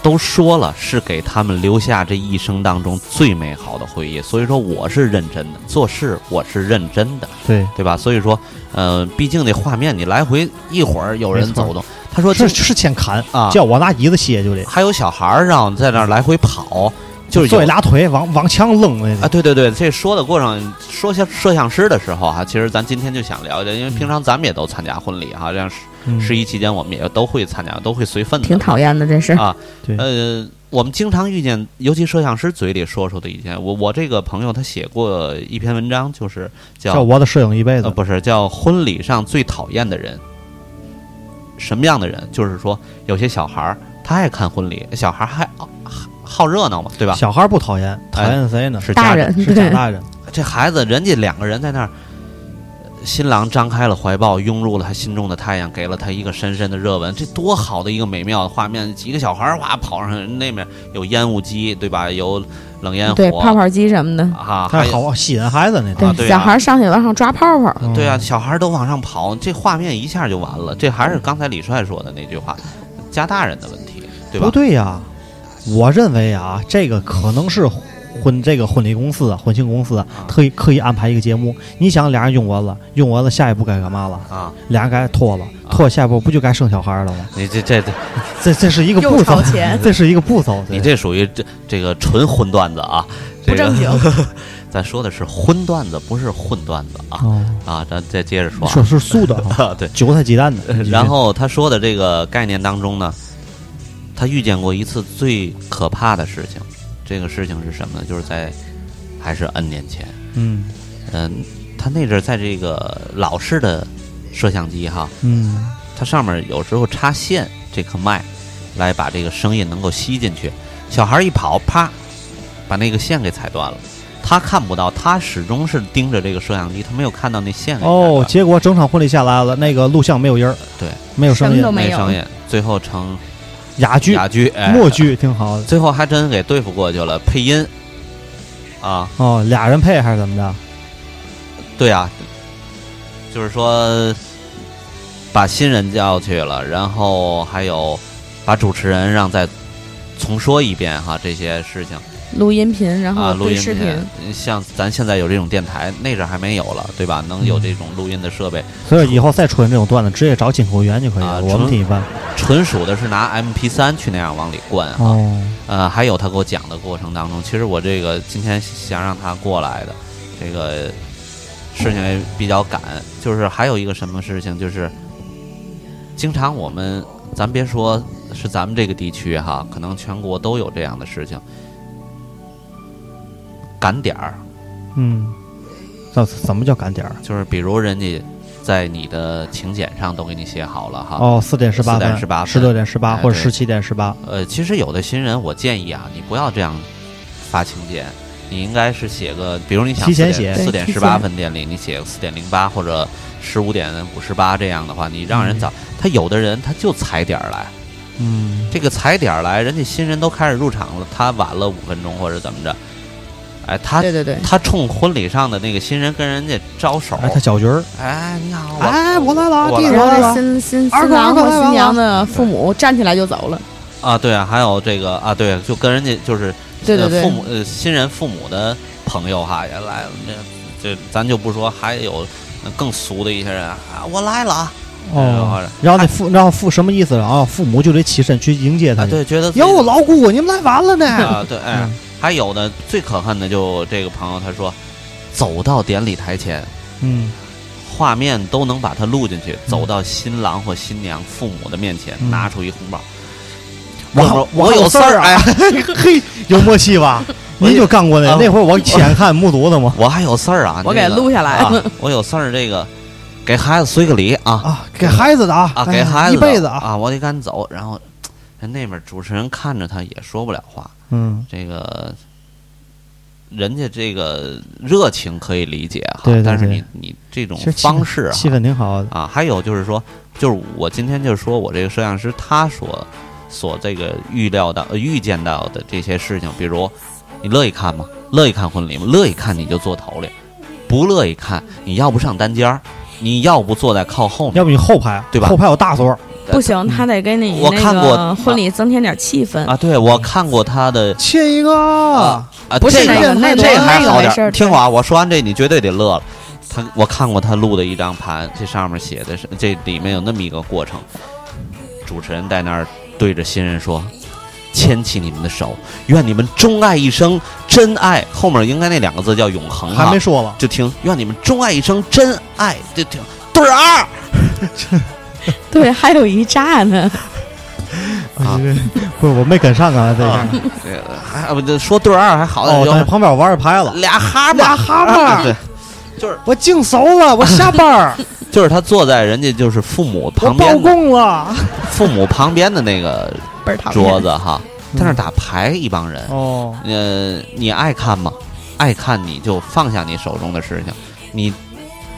[SPEAKER 2] 都说了是给他们留下这一生当中最美好的回忆，所以说我是认真的，做事我是认真的。
[SPEAKER 1] 对，
[SPEAKER 2] 对吧？所以说，呃，毕竟那画面你来回一会儿有人
[SPEAKER 1] 没错
[SPEAKER 2] 走动，他说这
[SPEAKER 1] 是是欠砍，
[SPEAKER 2] 啊，
[SPEAKER 1] 叫我拿椅子歇就得，
[SPEAKER 2] 还有小孩儿让在那儿来回跑，就是有
[SPEAKER 1] 坐一俩腿往往墙扔那
[SPEAKER 2] 啊，
[SPEAKER 1] 得。
[SPEAKER 2] 对对对，这说的过程，说下摄像师的时候啊哈、其实咱今天就想聊一聊，因为平常咱们也都参加婚礼哈、这样十
[SPEAKER 1] 嗯
[SPEAKER 2] 十一期间我们也都会参加，都会随份子
[SPEAKER 5] 挺。讨厌的，这是
[SPEAKER 2] 啊
[SPEAKER 1] 对，
[SPEAKER 2] 呃，我们经常遇见，尤其摄像师嘴里说出的一些，我我这个朋友他写过一篇文章，就是叫
[SPEAKER 1] 叫我的摄影一辈
[SPEAKER 2] 呃
[SPEAKER 1] 子。
[SPEAKER 2] 不是叫婚礼上最讨厌的人，什么样的人？就是说有些小孩儿他爱看婚礼，小孩儿还好好热闹嘛，对吧？哎
[SPEAKER 1] 小孩儿不讨厌，讨厌谁呢？
[SPEAKER 2] 是啊
[SPEAKER 5] 大
[SPEAKER 2] 家
[SPEAKER 5] 人
[SPEAKER 2] 长，
[SPEAKER 1] 是长大人。
[SPEAKER 2] 这孩子，人家两个人在那儿，新郎张开了怀抱，拥入了他心中的太阳，给了他一个深深的热吻。这多好的一个美妙的画面！几个小孩儿哇跑上那边有烟雾机，对吧？有冷哎烟火，
[SPEAKER 5] 对泡泡机什么的，
[SPEAKER 2] 啊，
[SPEAKER 1] 他
[SPEAKER 2] 还有
[SPEAKER 1] 好吸引孩子那
[SPEAKER 2] 啊
[SPEAKER 1] 种。
[SPEAKER 2] 对
[SPEAKER 5] 小孩儿上去往上抓泡泡，
[SPEAKER 1] 嗯
[SPEAKER 2] 对啊，，小孩儿都往上跑，这画面一下就完了。这还是刚才李帅说的那句话，家大人的问题，对吧
[SPEAKER 1] 不？对呀，我认为啊，这个可能是婚这个婚礼公司、啊，婚庆公司啊特意刻意安排一个节目。你想，俩人用完了，用完了，下一步该干嘛了？
[SPEAKER 2] 啊，
[SPEAKER 1] 俩人该脱了，脱下一步不就该生小孩了吗？
[SPEAKER 2] 你这这这，
[SPEAKER 1] 这这是一个
[SPEAKER 5] 又
[SPEAKER 1] 步
[SPEAKER 5] 朝
[SPEAKER 1] 骤，
[SPEAKER 5] 前，
[SPEAKER 1] 这是一个步骤。对
[SPEAKER 2] 你这属于这这个纯荤段子啊，这个
[SPEAKER 5] 不正经。
[SPEAKER 2] 咱说的是荤段子，不是混段子啊
[SPEAKER 1] 哦，
[SPEAKER 2] 啊！咱再接着说啊
[SPEAKER 1] 说是素的，
[SPEAKER 2] 啊，对。
[SPEAKER 1] 韭菜鸡蛋的。
[SPEAKER 2] 呃然后他说的这个概念当中呢，他遇见过一次最可怕的事情，这个事情是什么呢？就是在还是 N 年前，
[SPEAKER 1] 嗯
[SPEAKER 2] 嗯，他那阵儿在这个老式的摄像机哈，
[SPEAKER 1] 嗯
[SPEAKER 2] 它上面有时候插线这颗麦，来把这个声音能够吸进去。小孩一跑，啪，把那个线给踩断了。他看不到，他始终是盯着这个摄像机，他没有看到那线给踩断
[SPEAKER 1] 哦，结果整场婚礼下来了，那个录像没有音儿，
[SPEAKER 2] 对，
[SPEAKER 1] 没有声
[SPEAKER 5] 什么
[SPEAKER 1] 音
[SPEAKER 5] 都，没
[SPEAKER 2] 没
[SPEAKER 5] 有
[SPEAKER 2] 声音，最后成
[SPEAKER 1] 哑剧、
[SPEAKER 2] 哑剧、哎
[SPEAKER 1] 默剧挺好的。
[SPEAKER 2] 最后还真给对付过去了，配音啊，
[SPEAKER 1] 哦，俩人配还是怎么着？
[SPEAKER 2] 对啊，就是说把新人叫去了，然后还有把主持人让再重说一遍哈这些事情。
[SPEAKER 5] 录音频，然
[SPEAKER 2] 啊，
[SPEAKER 5] 后
[SPEAKER 2] 录
[SPEAKER 5] 对
[SPEAKER 2] 音
[SPEAKER 5] 视频，
[SPEAKER 2] 片像咱现在有这种电台，那阵儿还没有了，对吧？能有这种录音的设备，
[SPEAKER 1] 所以以后再出现这种段子，直接找金口源就可以了，
[SPEAKER 2] 啊
[SPEAKER 1] 我们
[SPEAKER 2] 纯
[SPEAKER 1] 挺一哦般。
[SPEAKER 2] 纯属的是拿 MP 3去那样往里灌。
[SPEAKER 1] 哦，
[SPEAKER 2] 呃，还有他给我讲的过程当中，其实我这个今天想让他过来的这个事情呃也比较赶，就是还有一个什么事情，就是经常我们，咱别说是咱们这个地区哈，可能全国都有这样的事情，赶点儿。
[SPEAKER 1] 嗯，怎怎么叫赶点儿？
[SPEAKER 2] 就是比如人家在你的请柬上都给你写好了哈。
[SPEAKER 1] 哦，四点十八分、
[SPEAKER 2] 4:18
[SPEAKER 1] 十六点十八
[SPEAKER 2] 哎
[SPEAKER 1] 或者十
[SPEAKER 2] 对
[SPEAKER 1] 七点十八。
[SPEAKER 2] 呃，其实有的新人，我建议啊，你不要这样发请柬，你应该是写个，比如你想
[SPEAKER 1] 提前写
[SPEAKER 2] 四
[SPEAKER 5] 对
[SPEAKER 2] 点
[SPEAKER 5] 提
[SPEAKER 2] 十
[SPEAKER 5] 前
[SPEAKER 2] 八分典礼，你写个四点零八或者十五点五十八这样的话，你让人早。他有的人他就踩点儿来，
[SPEAKER 1] 嗯，
[SPEAKER 2] 这个踩点儿来，人家新人都开始入场了，他晚了五分钟或者怎么着，哎，他
[SPEAKER 5] 对对对，
[SPEAKER 2] 他冲婚礼上的那个新人跟人家招手，
[SPEAKER 1] 哎，他搅局儿。
[SPEAKER 2] 哎，你好，
[SPEAKER 1] 哎我来了啊
[SPEAKER 2] 我
[SPEAKER 1] 弟
[SPEAKER 2] 来
[SPEAKER 1] 我来
[SPEAKER 5] 然后
[SPEAKER 1] 了
[SPEAKER 5] 那新新
[SPEAKER 1] 二
[SPEAKER 5] 新
[SPEAKER 1] 哥二
[SPEAKER 5] 郎
[SPEAKER 1] 哥
[SPEAKER 5] 或
[SPEAKER 1] 来了
[SPEAKER 5] 新娘的父母站起来就走了，
[SPEAKER 2] 啊，对啊，还有这个啊，对，就跟人家就是
[SPEAKER 5] 对对
[SPEAKER 2] 呃
[SPEAKER 5] 对
[SPEAKER 2] 父母呃新人父母的朋友哈也来了，这这咱就不说，还有呃更俗的一些人啊，我来了啊，
[SPEAKER 1] 哦，
[SPEAKER 2] 哎
[SPEAKER 1] 然后那父，然后父什么意思？然后父母就得起身去迎接他
[SPEAKER 2] 啊
[SPEAKER 1] 去。
[SPEAKER 2] 对，觉得自己
[SPEAKER 1] 哟，老姑，你们来晚了呢。
[SPEAKER 2] 啊，对，哎，
[SPEAKER 1] 嗯
[SPEAKER 2] 还有呢，最可恨的就这个朋友他说，走到典礼台前，
[SPEAKER 1] 嗯
[SPEAKER 2] 画面都能把它录进去，走到新郎或新娘父母的面前，
[SPEAKER 1] 嗯
[SPEAKER 2] 拿出一红包，
[SPEAKER 1] 我
[SPEAKER 2] 哥们儿
[SPEAKER 1] 我
[SPEAKER 2] 我
[SPEAKER 1] 有
[SPEAKER 2] 有
[SPEAKER 1] 事
[SPEAKER 2] 事
[SPEAKER 1] 儿啊
[SPEAKER 2] 儿，哎呀，
[SPEAKER 1] 嘿，有默契 吧？您就干过那
[SPEAKER 2] 啊
[SPEAKER 1] 那会儿，我亲眼看目睹的嘛。
[SPEAKER 2] 我还有事儿啊，
[SPEAKER 5] 我
[SPEAKER 2] 这
[SPEAKER 5] 给
[SPEAKER 2] 个
[SPEAKER 5] 录下来
[SPEAKER 2] 啊
[SPEAKER 5] 了，
[SPEAKER 2] 我有事儿，这个给孩子随个礼啊。
[SPEAKER 1] 啊，给孩子的啊
[SPEAKER 2] 啊，
[SPEAKER 1] 哎
[SPEAKER 2] 给孩子
[SPEAKER 1] 一辈子
[SPEAKER 2] 的
[SPEAKER 1] 啊。
[SPEAKER 2] 啊，我得赶走。然后人那边主持人看着他也说不了话，
[SPEAKER 1] 嗯，
[SPEAKER 2] 这个人家这个热情可以理解哈，
[SPEAKER 1] 对对
[SPEAKER 2] 但是
[SPEAKER 1] 对
[SPEAKER 2] 你你这种
[SPEAKER 1] 其实气氛
[SPEAKER 2] 方式
[SPEAKER 1] 气
[SPEAKER 2] 哈
[SPEAKER 1] 氛挺好的。
[SPEAKER 2] 啊，还有就是说，就是我今天就说我这个摄像师他所所这个预料到、呃、预见到的这些事情，比如你乐意看吗？乐意看婚礼吗？乐意看你就坐头里，不乐意看你要不上单间儿，你要不坐在靠后面。
[SPEAKER 1] 要不你后排
[SPEAKER 2] 对吧
[SPEAKER 1] 后排有大座，
[SPEAKER 5] 不行，他得给你
[SPEAKER 2] 我
[SPEAKER 5] 那
[SPEAKER 2] 看过
[SPEAKER 5] 个婚礼增添点气氛，
[SPEAKER 2] 啊，对，我看过他的
[SPEAKER 1] 切一个。
[SPEAKER 2] 啊，
[SPEAKER 5] 不是
[SPEAKER 2] 这
[SPEAKER 5] 那个那
[SPEAKER 2] 这
[SPEAKER 5] 个
[SPEAKER 2] 还
[SPEAKER 5] 那个
[SPEAKER 2] 好
[SPEAKER 5] 没
[SPEAKER 2] 点
[SPEAKER 5] 事儿
[SPEAKER 2] 儿。听我啊，我说完这，你绝对得乐了。他，我看过他录的一张盘，这上面写的是，这里面有那么一个过程。主持人在那儿对着新人说：“牵起你们的手，愿你们钟爱一生，真爱。”后面应该那两个字叫永恒
[SPEAKER 1] 还
[SPEAKER 2] 哈
[SPEAKER 1] 没，说了，
[SPEAKER 2] 就听“愿你们钟爱一生，真爱”，就听对儿啊二。
[SPEAKER 5] 对，还有一炸呢，
[SPEAKER 2] 啊
[SPEAKER 1] 这个 不是我没跟上啊，这
[SPEAKER 2] 啊
[SPEAKER 1] 个
[SPEAKER 2] 这个还啊不这说对儿二还好点
[SPEAKER 1] 哦
[SPEAKER 2] 儿，，
[SPEAKER 1] 在
[SPEAKER 2] 就
[SPEAKER 1] 旁边玩儿牌了，
[SPEAKER 2] 俩哈巴
[SPEAKER 1] 俩哈巴
[SPEAKER 2] 啊对，
[SPEAKER 1] 我净熟了，我下班儿，
[SPEAKER 2] 就是他坐在人家就是父母
[SPEAKER 1] 我
[SPEAKER 2] 旁
[SPEAKER 1] 包
[SPEAKER 2] 边的
[SPEAKER 1] 供了，
[SPEAKER 2] 父母旁边的那个
[SPEAKER 5] 倍儿讨厌
[SPEAKER 2] 桌子哈，在那儿打牌，一帮人。
[SPEAKER 1] 嗯哦，
[SPEAKER 2] 呃，你爱看吗？爱看你就放下你手中的事情。你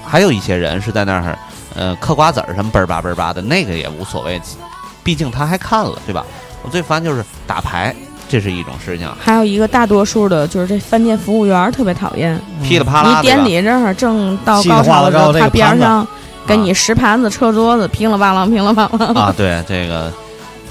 [SPEAKER 2] 还有一些人是在那儿，呃，嗑瓜子儿什么嘣儿吧嘣儿吧的，那个也无所谓，毕竟他还看了，对吧？我最烦就是打牌，这是一种事情，
[SPEAKER 5] 还有一个大多数的就是这饭店服务员儿特别讨厌，
[SPEAKER 1] 嗯
[SPEAKER 2] 噼里啪啦
[SPEAKER 5] 你
[SPEAKER 2] 的。对吧
[SPEAKER 5] 点你这儿正到
[SPEAKER 1] 稀里
[SPEAKER 5] 高
[SPEAKER 1] 哗
[SPEAKER 5] 潮
[SPEAKER 1] 啦
[SPEAKER 5] 的时候，
[SPEAKER 1] 绕这个
[SPEAKER 5] 他边
[SPEAKER 1] 盘子啊
[SPEAKER 5] 上给你拾盘子、撤桌子，乒了乓啷，乒了乓 啷。
[SPEAKER 2] 啊，对这个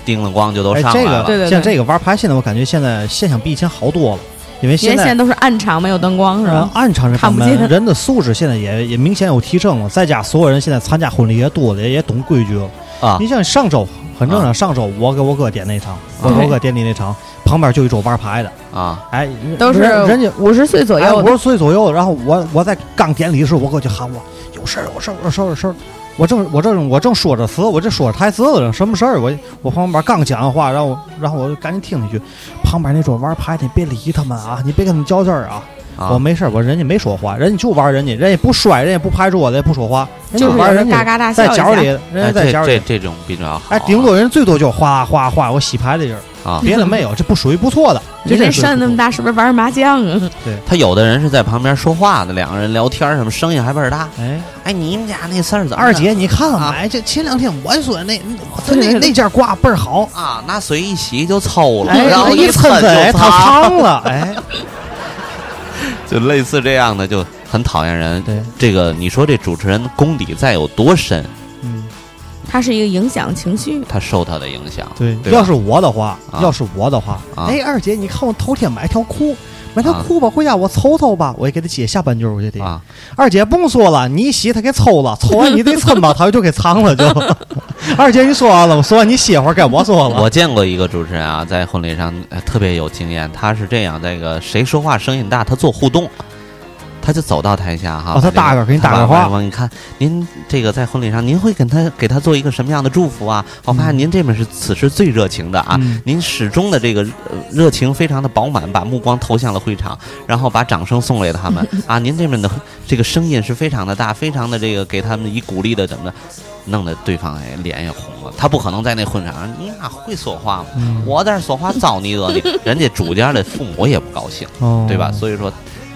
[SPEAKER 2] 叮了咣就都
[SPEAKER 1] 哎，
[SPEAKER 2] 上
[SPEAKER 1] 这
[SPEAKER 2] 来了。
[SPEAKER 5] 对
[SPEAKER 1] 个像这个玩牌，现在我感觉现在现象比以前好多了，因为
[SPEAKER 5] 原
[SPEAKER 1] 现在啊
[SPEAKER 5] 先都是暗场，没有灯光，是
[SPEAKER 1] 然
[SPEAKER 5] 吧
[SPEAKER 1] 后？暗场这方
[SPEAKER 5] 啊看不
[SPEAKER 1] 面，
[SPEAKER 5] 见
[SPEAKER 1] 人的素质现在也也明显有提升了。再加所有人现在参加婚礼也多了，也也懂规矩了。
[SPEAKER 2] 啊
[SPEAKER 1] 你像上周很正常，上周我给我哥点那场，我给我哥点你那场，旁边就一桌玩牌的，
[SPEAKER 2] 啊，
[SPEAKER 1] 哎，
[SPEAKER 5] 都是
[SPEAKER 1] 人人家
[SPEAKER 5] 五十岁左
[SPEAKER 1] 哎
[SPEAKER 5] 右
[SPEAKER 1] 五
[SPEAKER 5] 的，
[SPEAKER 1] 十岁左右，然后我我在刚典礼的时候，我哥就喊我有事儿有事儿有事儿有事儿，我正我正我正说着词，我这说着台词呢，什么事儿？我我旁边刚讲完话，然后然后我就赶紧听一句，旁边那桌玩牌的别理他们啊，你别跟他们较劲儿啊。
[SPEAKER 2] 啊
[SPEAKER 1] 我没事儿，我人家没说话，人家就玩人家，人家不摔，人家不拍桌子，也不说话，人家
[SPEAKER 5] 就是
[SPEAKER 1] 玩
[SPEAKER 5] 有
[SPEAKER 1] 人
[SPEAKER 5] 人
[SPEAKER 1] 家
[SPEAKER 5] 嘎嘎大笑
[SPEAKER 1] 在
[SPEAKER 5] 一
[SPEAKER 1] 角
[SPEAKER 5] 下
[SPEAKER 1] 里，人家
[SPEAKER 2] 哎
[SPEAKER 1] 在
[SPEAKER 2] 这
[SPEAKER 1] 角
[SPEAKER 2] 这
[SPEAKER 1] 里，
[SPEAKER 2] 这种比较好。
[SPEAKER 1] 哎，顶多人最多就哗哗哗，我洗牌的人儿
[SPEAKER 2] 啊
[SPEAKER 1] 别的没有，这不属于不错的。
[SPEAKER 5] 你
[SPEAKER 1] 这
[SPEAKER 5] 这扇那么
[SPEAKER 1] 大，
[SPEAKER 5] 大，是不是玩麻将啊？
[SPEAKER 2] 他有的人是在旁边说话的，两个人聊天儿什么，声音还倍儿大。
[SPEAKER 1] 哎，
[SPEAKER 2] 哎，你们家那事儿怎么着
[SPEAKER 1] 二姐，你看
[SPEAKER 2] 啊
[SPEAKER 1] 看，哎，这前两天我说那我说那那家挂倍儿好，
[SPEAKER 2] 啊，拿水一洗就抽了，
[SPEAKER 1] 哎，
[SPEAKER 2] 然后
[SPEAKER 1] 一
[SPEAKER 2] 蹭
[SPEAKER 1] 抻哎，
[SPEAKER 2] 就
[SPEAKER 1] 它
[SPEAKER 2] 擦，
[SPEAKER 1] 脏了， 哎，
[SPEAKER 2] 就类似这样的，就很讨厌人。
[SPEAKER 1] 对，
[SPEAKER 2] 这个你说这主持人功底再有多深，
[SPEAKER 1] 嗯，
[SPEAKER 5] 它是一个影响情绪，
[SPEAKER 2] 他受他的影响。
[SPEAKER 1] 对
[SPEAKER 2] 对吧
[SPEAKER 1] 要是我的话，
[SPEAKER 2] 啊
[SPEAKER 1] 要是我的话，
[SPEAKER 2] 啊
[SPEAKER 1] 哎，二姐，你看我头天买条裤，买条裤吧，回家我瞅瞅吧，我也给她姐下半句儿，我就得。
[SPEAKER 2] 啊，
[SPEAKER 1] 二姐甭说了，你一洗她给抽了，抽完你得抻 吧，她就给藏了就。 二姐，你说完了，我说完你歇会儿，该我说了。
[SPEAKER 2] 我见过一个主持人啊，在婚礼上、呃特别有经验。他是这样，这个谁说话声音大，他做互动，他就走到台下哈，
[SPEAKER 1] 哦他
[SPEAKER 2] 把这
[SPEAKER 1] 大
[SPEAKER 2] 个
[SPEAKER 1] 个给你打个
[SPEAKER 2] 话
[SPEAKER 1] 话，
[SPEAKER 2] 我你看您这个在婚礼上，您会跟他给他做一个什么样的祝福啊？我发现您这边是此时最热情的啊，
[SPEAKER 1] 嗯
[SPEAKER 2] 您始终的这个呃热情非常的饱满，把目光投向了会场，然后把掌声送给 他们啊。您这边的这个声音是非常的大，非常的这个给他们以鼓励的怎么的，弄得对方哎脸也红了。他不可能在那会场上，你哪会说话嘛？
[SPEAKER 1] 嗯
[SPEAKER 2] 我在这说话招你 惹你，人家主家的父母也不高兴，
[SPEAKER 1] 哦
[SPEAKER 2] 对吧？所以说，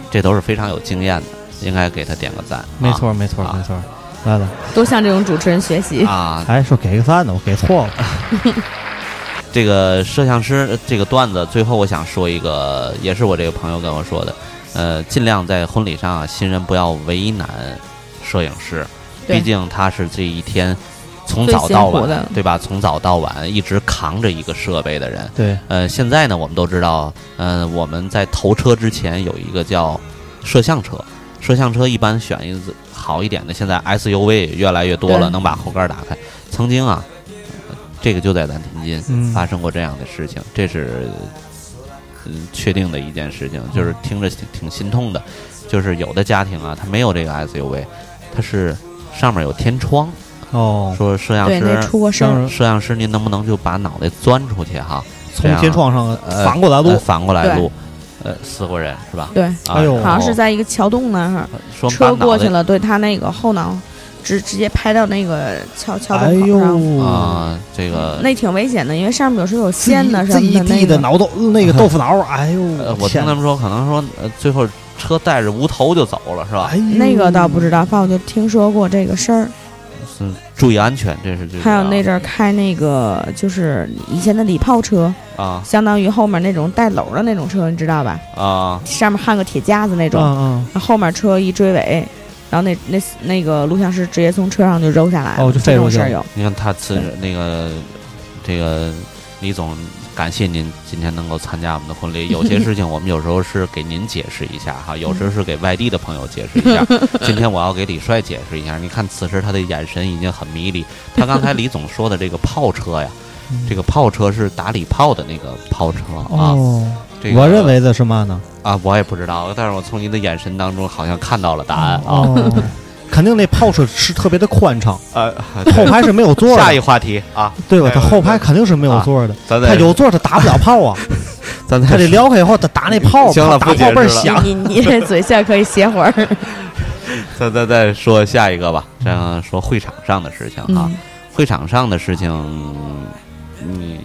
[SPEAKER 2] 这都是非常有经验的，应该给他点个赞。啊
[SPEAKER 1] 没错，没错，
[SPEAKER 2] 啊
[SPEAKER 1] 没错。来来，
[SPEAKER 5] 都向这种主持人学习。
[SPEAKER 2] 啊，
[SPEAKER 1] 哎，说给个赞呢，我给错了。
[SPEAKER 2] 这个摄像师呃这个段子，最后我想说一个，也是我这个朋友跟我说的，呃，尽量在婚礼上啊，新人不要为难摄影师，
[SPEAKER 5] 对
[SPEAKER 2] 毕竟他是这一天从
[SPEAKER 5] 最
[SPEAKER 2] 早
[SPEAKER 5] 辛
[SPEAKER 2] 到
[SPEAKER 5] 苦
[SPEAKER 2] 晚
[SPEAKER 5] 的，
[SPEAKER 2] 对吧？从早到晚一直扛着一个设备的人。
[SPEAKER 1] 对，
[SPEAKER 2] 呃，现在呢，我们都知道，呃，我们在头车之前有一个叫摄像车，摄像车一般选一个好一点的，现在 SUV 也越来越多了，
[SPEAKER 5] 对
[SPEAKER 2] 能把后盖打开。曾经啊，呃这个就在咱天津、
[SPEAKER 1] 嗯
[SPEAKER 2] 发生过这样的事情，这是嗯确定的一件事情，
[SPEAKER 1] 嗯
[SPEAKER 2] 就是听着挺挺心痛的，就是有的家庭啊，他没有这个 SUV，它是上面有天窗，
[SPEAKER 1] 哦，
[SPEAKER 2] 说摄像
[SPEAKER 5] 对，那
[SPEAKER 2] 师，
[SPEAKER 5] 出过事
[SPEAKER 1] 当
[SPEAKER 5] 儿
[SPEAKER 1] 然，
[SPEAKER 2] 摄像师您能不能就把脑袋钻出去哈、这
[SPEAKER 1] 从
[SPEAKER 2] 样
[SPEAKER 1] 天窗上
[SPEAKER 2] 呃
[SPEAKER 1] 反过来
[SPEAKER 2] 呃
[SPEAKER 1] 录，
[SPEAKER 2] 反过来
[SPEAKER 5] 对
[SPEAKER 2] 录，呃，死过人是吧？
[SPEAKER 5] 对，
[SPEAKER 2] 啊
[SPEAKER 1] 哎呦
[SPEAKER 5] 好像是在一个桥洞那儿，
[SPEAKER 2] 说把
[SPEAKER 5] 车
[SPEAKER 2] 脑袋
[SPEAKER 5] 过去了，对他那个后脑直直接拍到那个桥桥
[SPEAKER 1] 哎
[SPEAKER 5] 洞口上。
[SPEAKER 1] 呦
[SPEAKER 2] 呃啊，这个
[SPEAKER 5] 那挺危险的，因为上面有时候有
[SPEAKER 1] 这
[SPEAKER 5] 线的
[SPEAKER 1] 一
[SPEAKER 5] 什
[SPEAKER 1] 这一
[SPEAKER 5] 么
[SPEAKER 1] 地
[SPEAKER 5] 那
[SPEAKER 1] 的
[SPEAKER 5] 个。
[SPEAKER 1] 脑豆那个豆腐脑儿，哎呦
[SPEAKER 2] 呃，我听
[SPEAKER 1] 天
[SPEAKER 2] 他们说，可能说呃，最后车带着无头就走了是吧？
[SPEAKER 1] 哎呦
[SPEAKER 5] 那个倒不知道，反正我就听说过这个事儿。
[SPEAKER 2] 嗯，注意安全，这是这是
[SPEAKER 5] 还有那
[SPEAKER 2] 啊
[SPEAKER 5] 阵儿开那个就是以前的礼炮车，
[SPEAKER 2] 啊
[SPEAKER 5] 相当于后面那种带篓儿的那种车，你知道吧？
[SPEAKER 2] 啊
[SPEAKER 5] 上面焊个铁夹子那种，
[SPEAKER 1] 嗯
[SPEAKER 5] 然后后面车一追尾，然后那那那个录像师直接从车上就揉下来了，
[SPEAKER 1] 哦就
[SPEAKER 5] 这
[SPEAKER 1] 飞出
[SPEAKER 5] 种
[SPEAKER 1] 去
[SPEAKER 5] 事
[SPEAKER 1] 了
[SPEAKER 5] 儿有。
[SPEAKER 2] 你看他次那个这个李总，感谢您今天能够参加我们的婚礼。有些事情我们有时候是给您解释一下
[SPEAKER 1] 嗯
[SPEAKER 2] 哈，有时候是给外地的朋友解 释一下。今天我要给李帅解释一下。你看此时他的眼神已经很迷离。他刚才李总说的这个炮车呀，
[SPEAKER 1] 嗯，
[SPEAKER 2] 这个炮车是打礼炮的那个炮车啊。
[SPEAKER 1] 哦，
[SPEAKER 2] 这个
[SPEAKER 1] 我认为的是嘛呢？
[SPEAKER 2] 啊，我也不知道，但是我从您的眼神当中好像看到了答案啊。
[SPEAKER 1] 哦，肯定那炮车是特别的宽敞，
[SPEAKER 2] 呃，
[SPEAKER 1] 后排是没有座
[SPEAKER 2] 下一
[SPEAKER 1] 的，
[SPEAKER 2] 话题啊，
[SPEAKER 1] 对吧？
[SPEAKER 2] 哎啊
[SPEAKER 1] 它后排肯定是没有座的，
[SPEAKER 2] 咱
[SPEAKER 1] 它
[SPEAKER 2] 再
[SPEAKER 1] 有座它打不了炮 啊，
[SPEAKER 2] 咱
[SPEAKER 1] 它
[SPEAKER 2] 再
[SPEAKER 1] 得撩开以后它打那炮，
[SPEAKER 2] 行了
[SPEAKER 1] 打
[SPEAKER 2] 不解
[SPEAKER 1] 炮
[SPEAKER 2] 释
[SPEAKER 1] 倍儿
[SPEAKER 2] 了
[SPEAKER 1] 响。
[SPEAKER 5] 你你这嘴线可以歇 会儿。
[SPEAKER 2] 再再再说下一个吧，这样说
[SPEAKER 1] 嗯
[SPEAKER 2] 会场上的事情啊，
[SPEAKER 5] 嗯，
[SPEAKER 2] 会场上的事情，你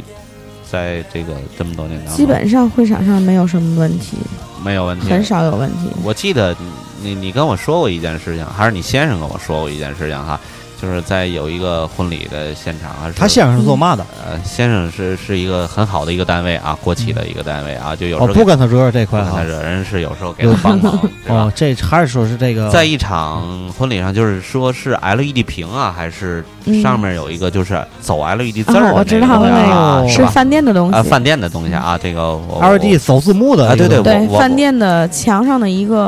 [SPEAKER 2] 在这个这么多年当中，
[SPEAKER 5] 基本上会场上没有什么问题，
[SPEAKER 2] 没有问题，
[SPEAKER 5] 很少有问题。
[SPEAKER 2] 我记得你你跟我说过一件事情，还是你先生跟我说过一件事情哈，就是在有一个婚礼的现场，还是
[SPEAKER 1] 他先生是做嘛的？
[SPEAKER 2] 呃先生是是一个很好的一个单位啊，国企
[SPEAKER 5] 嗯
[SPEAKER 2] 的一个单位啊，就有时
[SPEAKER 1] 我哦
[SPEAKER 2] 候
[SPEAKER 1] 不跟他惹惹这块
[SPEAKER 2] 不跟他
[SPEAKER 1] 哈。
[SPEAKER 2] 惹人是有时候给他帮忙， 对吧
[SPEAKER 1] 哦，？这还是说是这个
[SPEAKER 2] 在一场婚礼上，就是说是 LED 屏啊，还是上面有一个就是走 LED 字儿，
[SPEAKER 5] 啊
[SPEAKER 2] 的
[SPEAKER 5] 我
[SPEAKER 2] 那
[SPEAKER 5] 知
[SPEAKER 2] 个
[SPEAKER 5] 道
[SPEAKER 2] 东西啊，
[SPEAKER 1] 那个
[SPEAKER 2] 是
[SPEAKER 5] 是
[SPEAKER 2] 吧？
[SPEAKER 5] 饭店的东
[SPEAKER 2] 啊，
[SPEAKER 5] 西，嗯
[SPEAKER 2] 饭店的东西啊，这个我
[SPEAKER 1] LED 走 E 字幕的
[SPEAKER 2] 啊
[SPEAKER 1] 一个
[SPEAKER 2] 对对
[SPEAKER 5] 对
[SPEAKER 2] 我我
[SPEAKER 5] 饭店的墙上的一个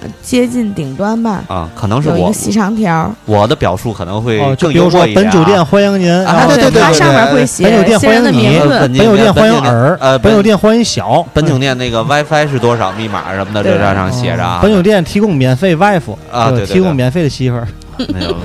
[SPEAKER 5] 呃接近顶端吧，
[SPEAKER 2] 啊，可能是
[SPEAKER 5] 有一
[SPEAKER 2] 我
[SPEAKER 5] 个细长条，
[SPEAKER 2] 我的表述可能会
[SPEAKER 1] 哦，就
[SPEAKER 2] 更
[SPEAKER 1] 比如
[SPEAKER 2] 幽
[SPEAKER 1] 说
[SPEAKER 2] 默一点
[SPEAKER 1] 本酒店
[SPEAKER 2] 啊。
[SPEAKER 1] 欢迎您，
[SPEAKER 2] 啊
[SPEAKER 1] 然后
[SPEAKER 5] 对
[SPEAKER 2] 对对
[SPEAKER 5] 它
[SPEAKER 2] 对
[SPEAKER 5] 上面会
[SPEAKER 1] 本酒
[SPEAKER 5] 写
[SPEAKER 1] 店
[SPEAKER 5] 新人的
[SPEAKER 1] 欢迎你
[SPEAKER 5] 名
[SPEAKER 2] 呃
[SPEAKER 5] 字
[SPEAKER 2] 本，
[SPEAKER 1] 本酒店欢迎
[SPEAKER 2] 本酒
[SPEAKER 1] 尔，
[SPEAKER 2] 呃
[SPEAKER 1] 本酒店欢迎小，
[SPEAKER 2] 本酒店那个 WiFi 是多少密码什么的，
[SPEAKER 5] 对
[SPEAKER 2] 这上上写着
[SPEAKER 1] 哦
[SPEAKER 2] 啊。
[SPEAKER 1] 本酒店提供免费 wife
[SPEAKER 2] 啊对对对
[SPEAKER 1] 提供免费的媳妇儿，
[SPEAKER 2] 没有。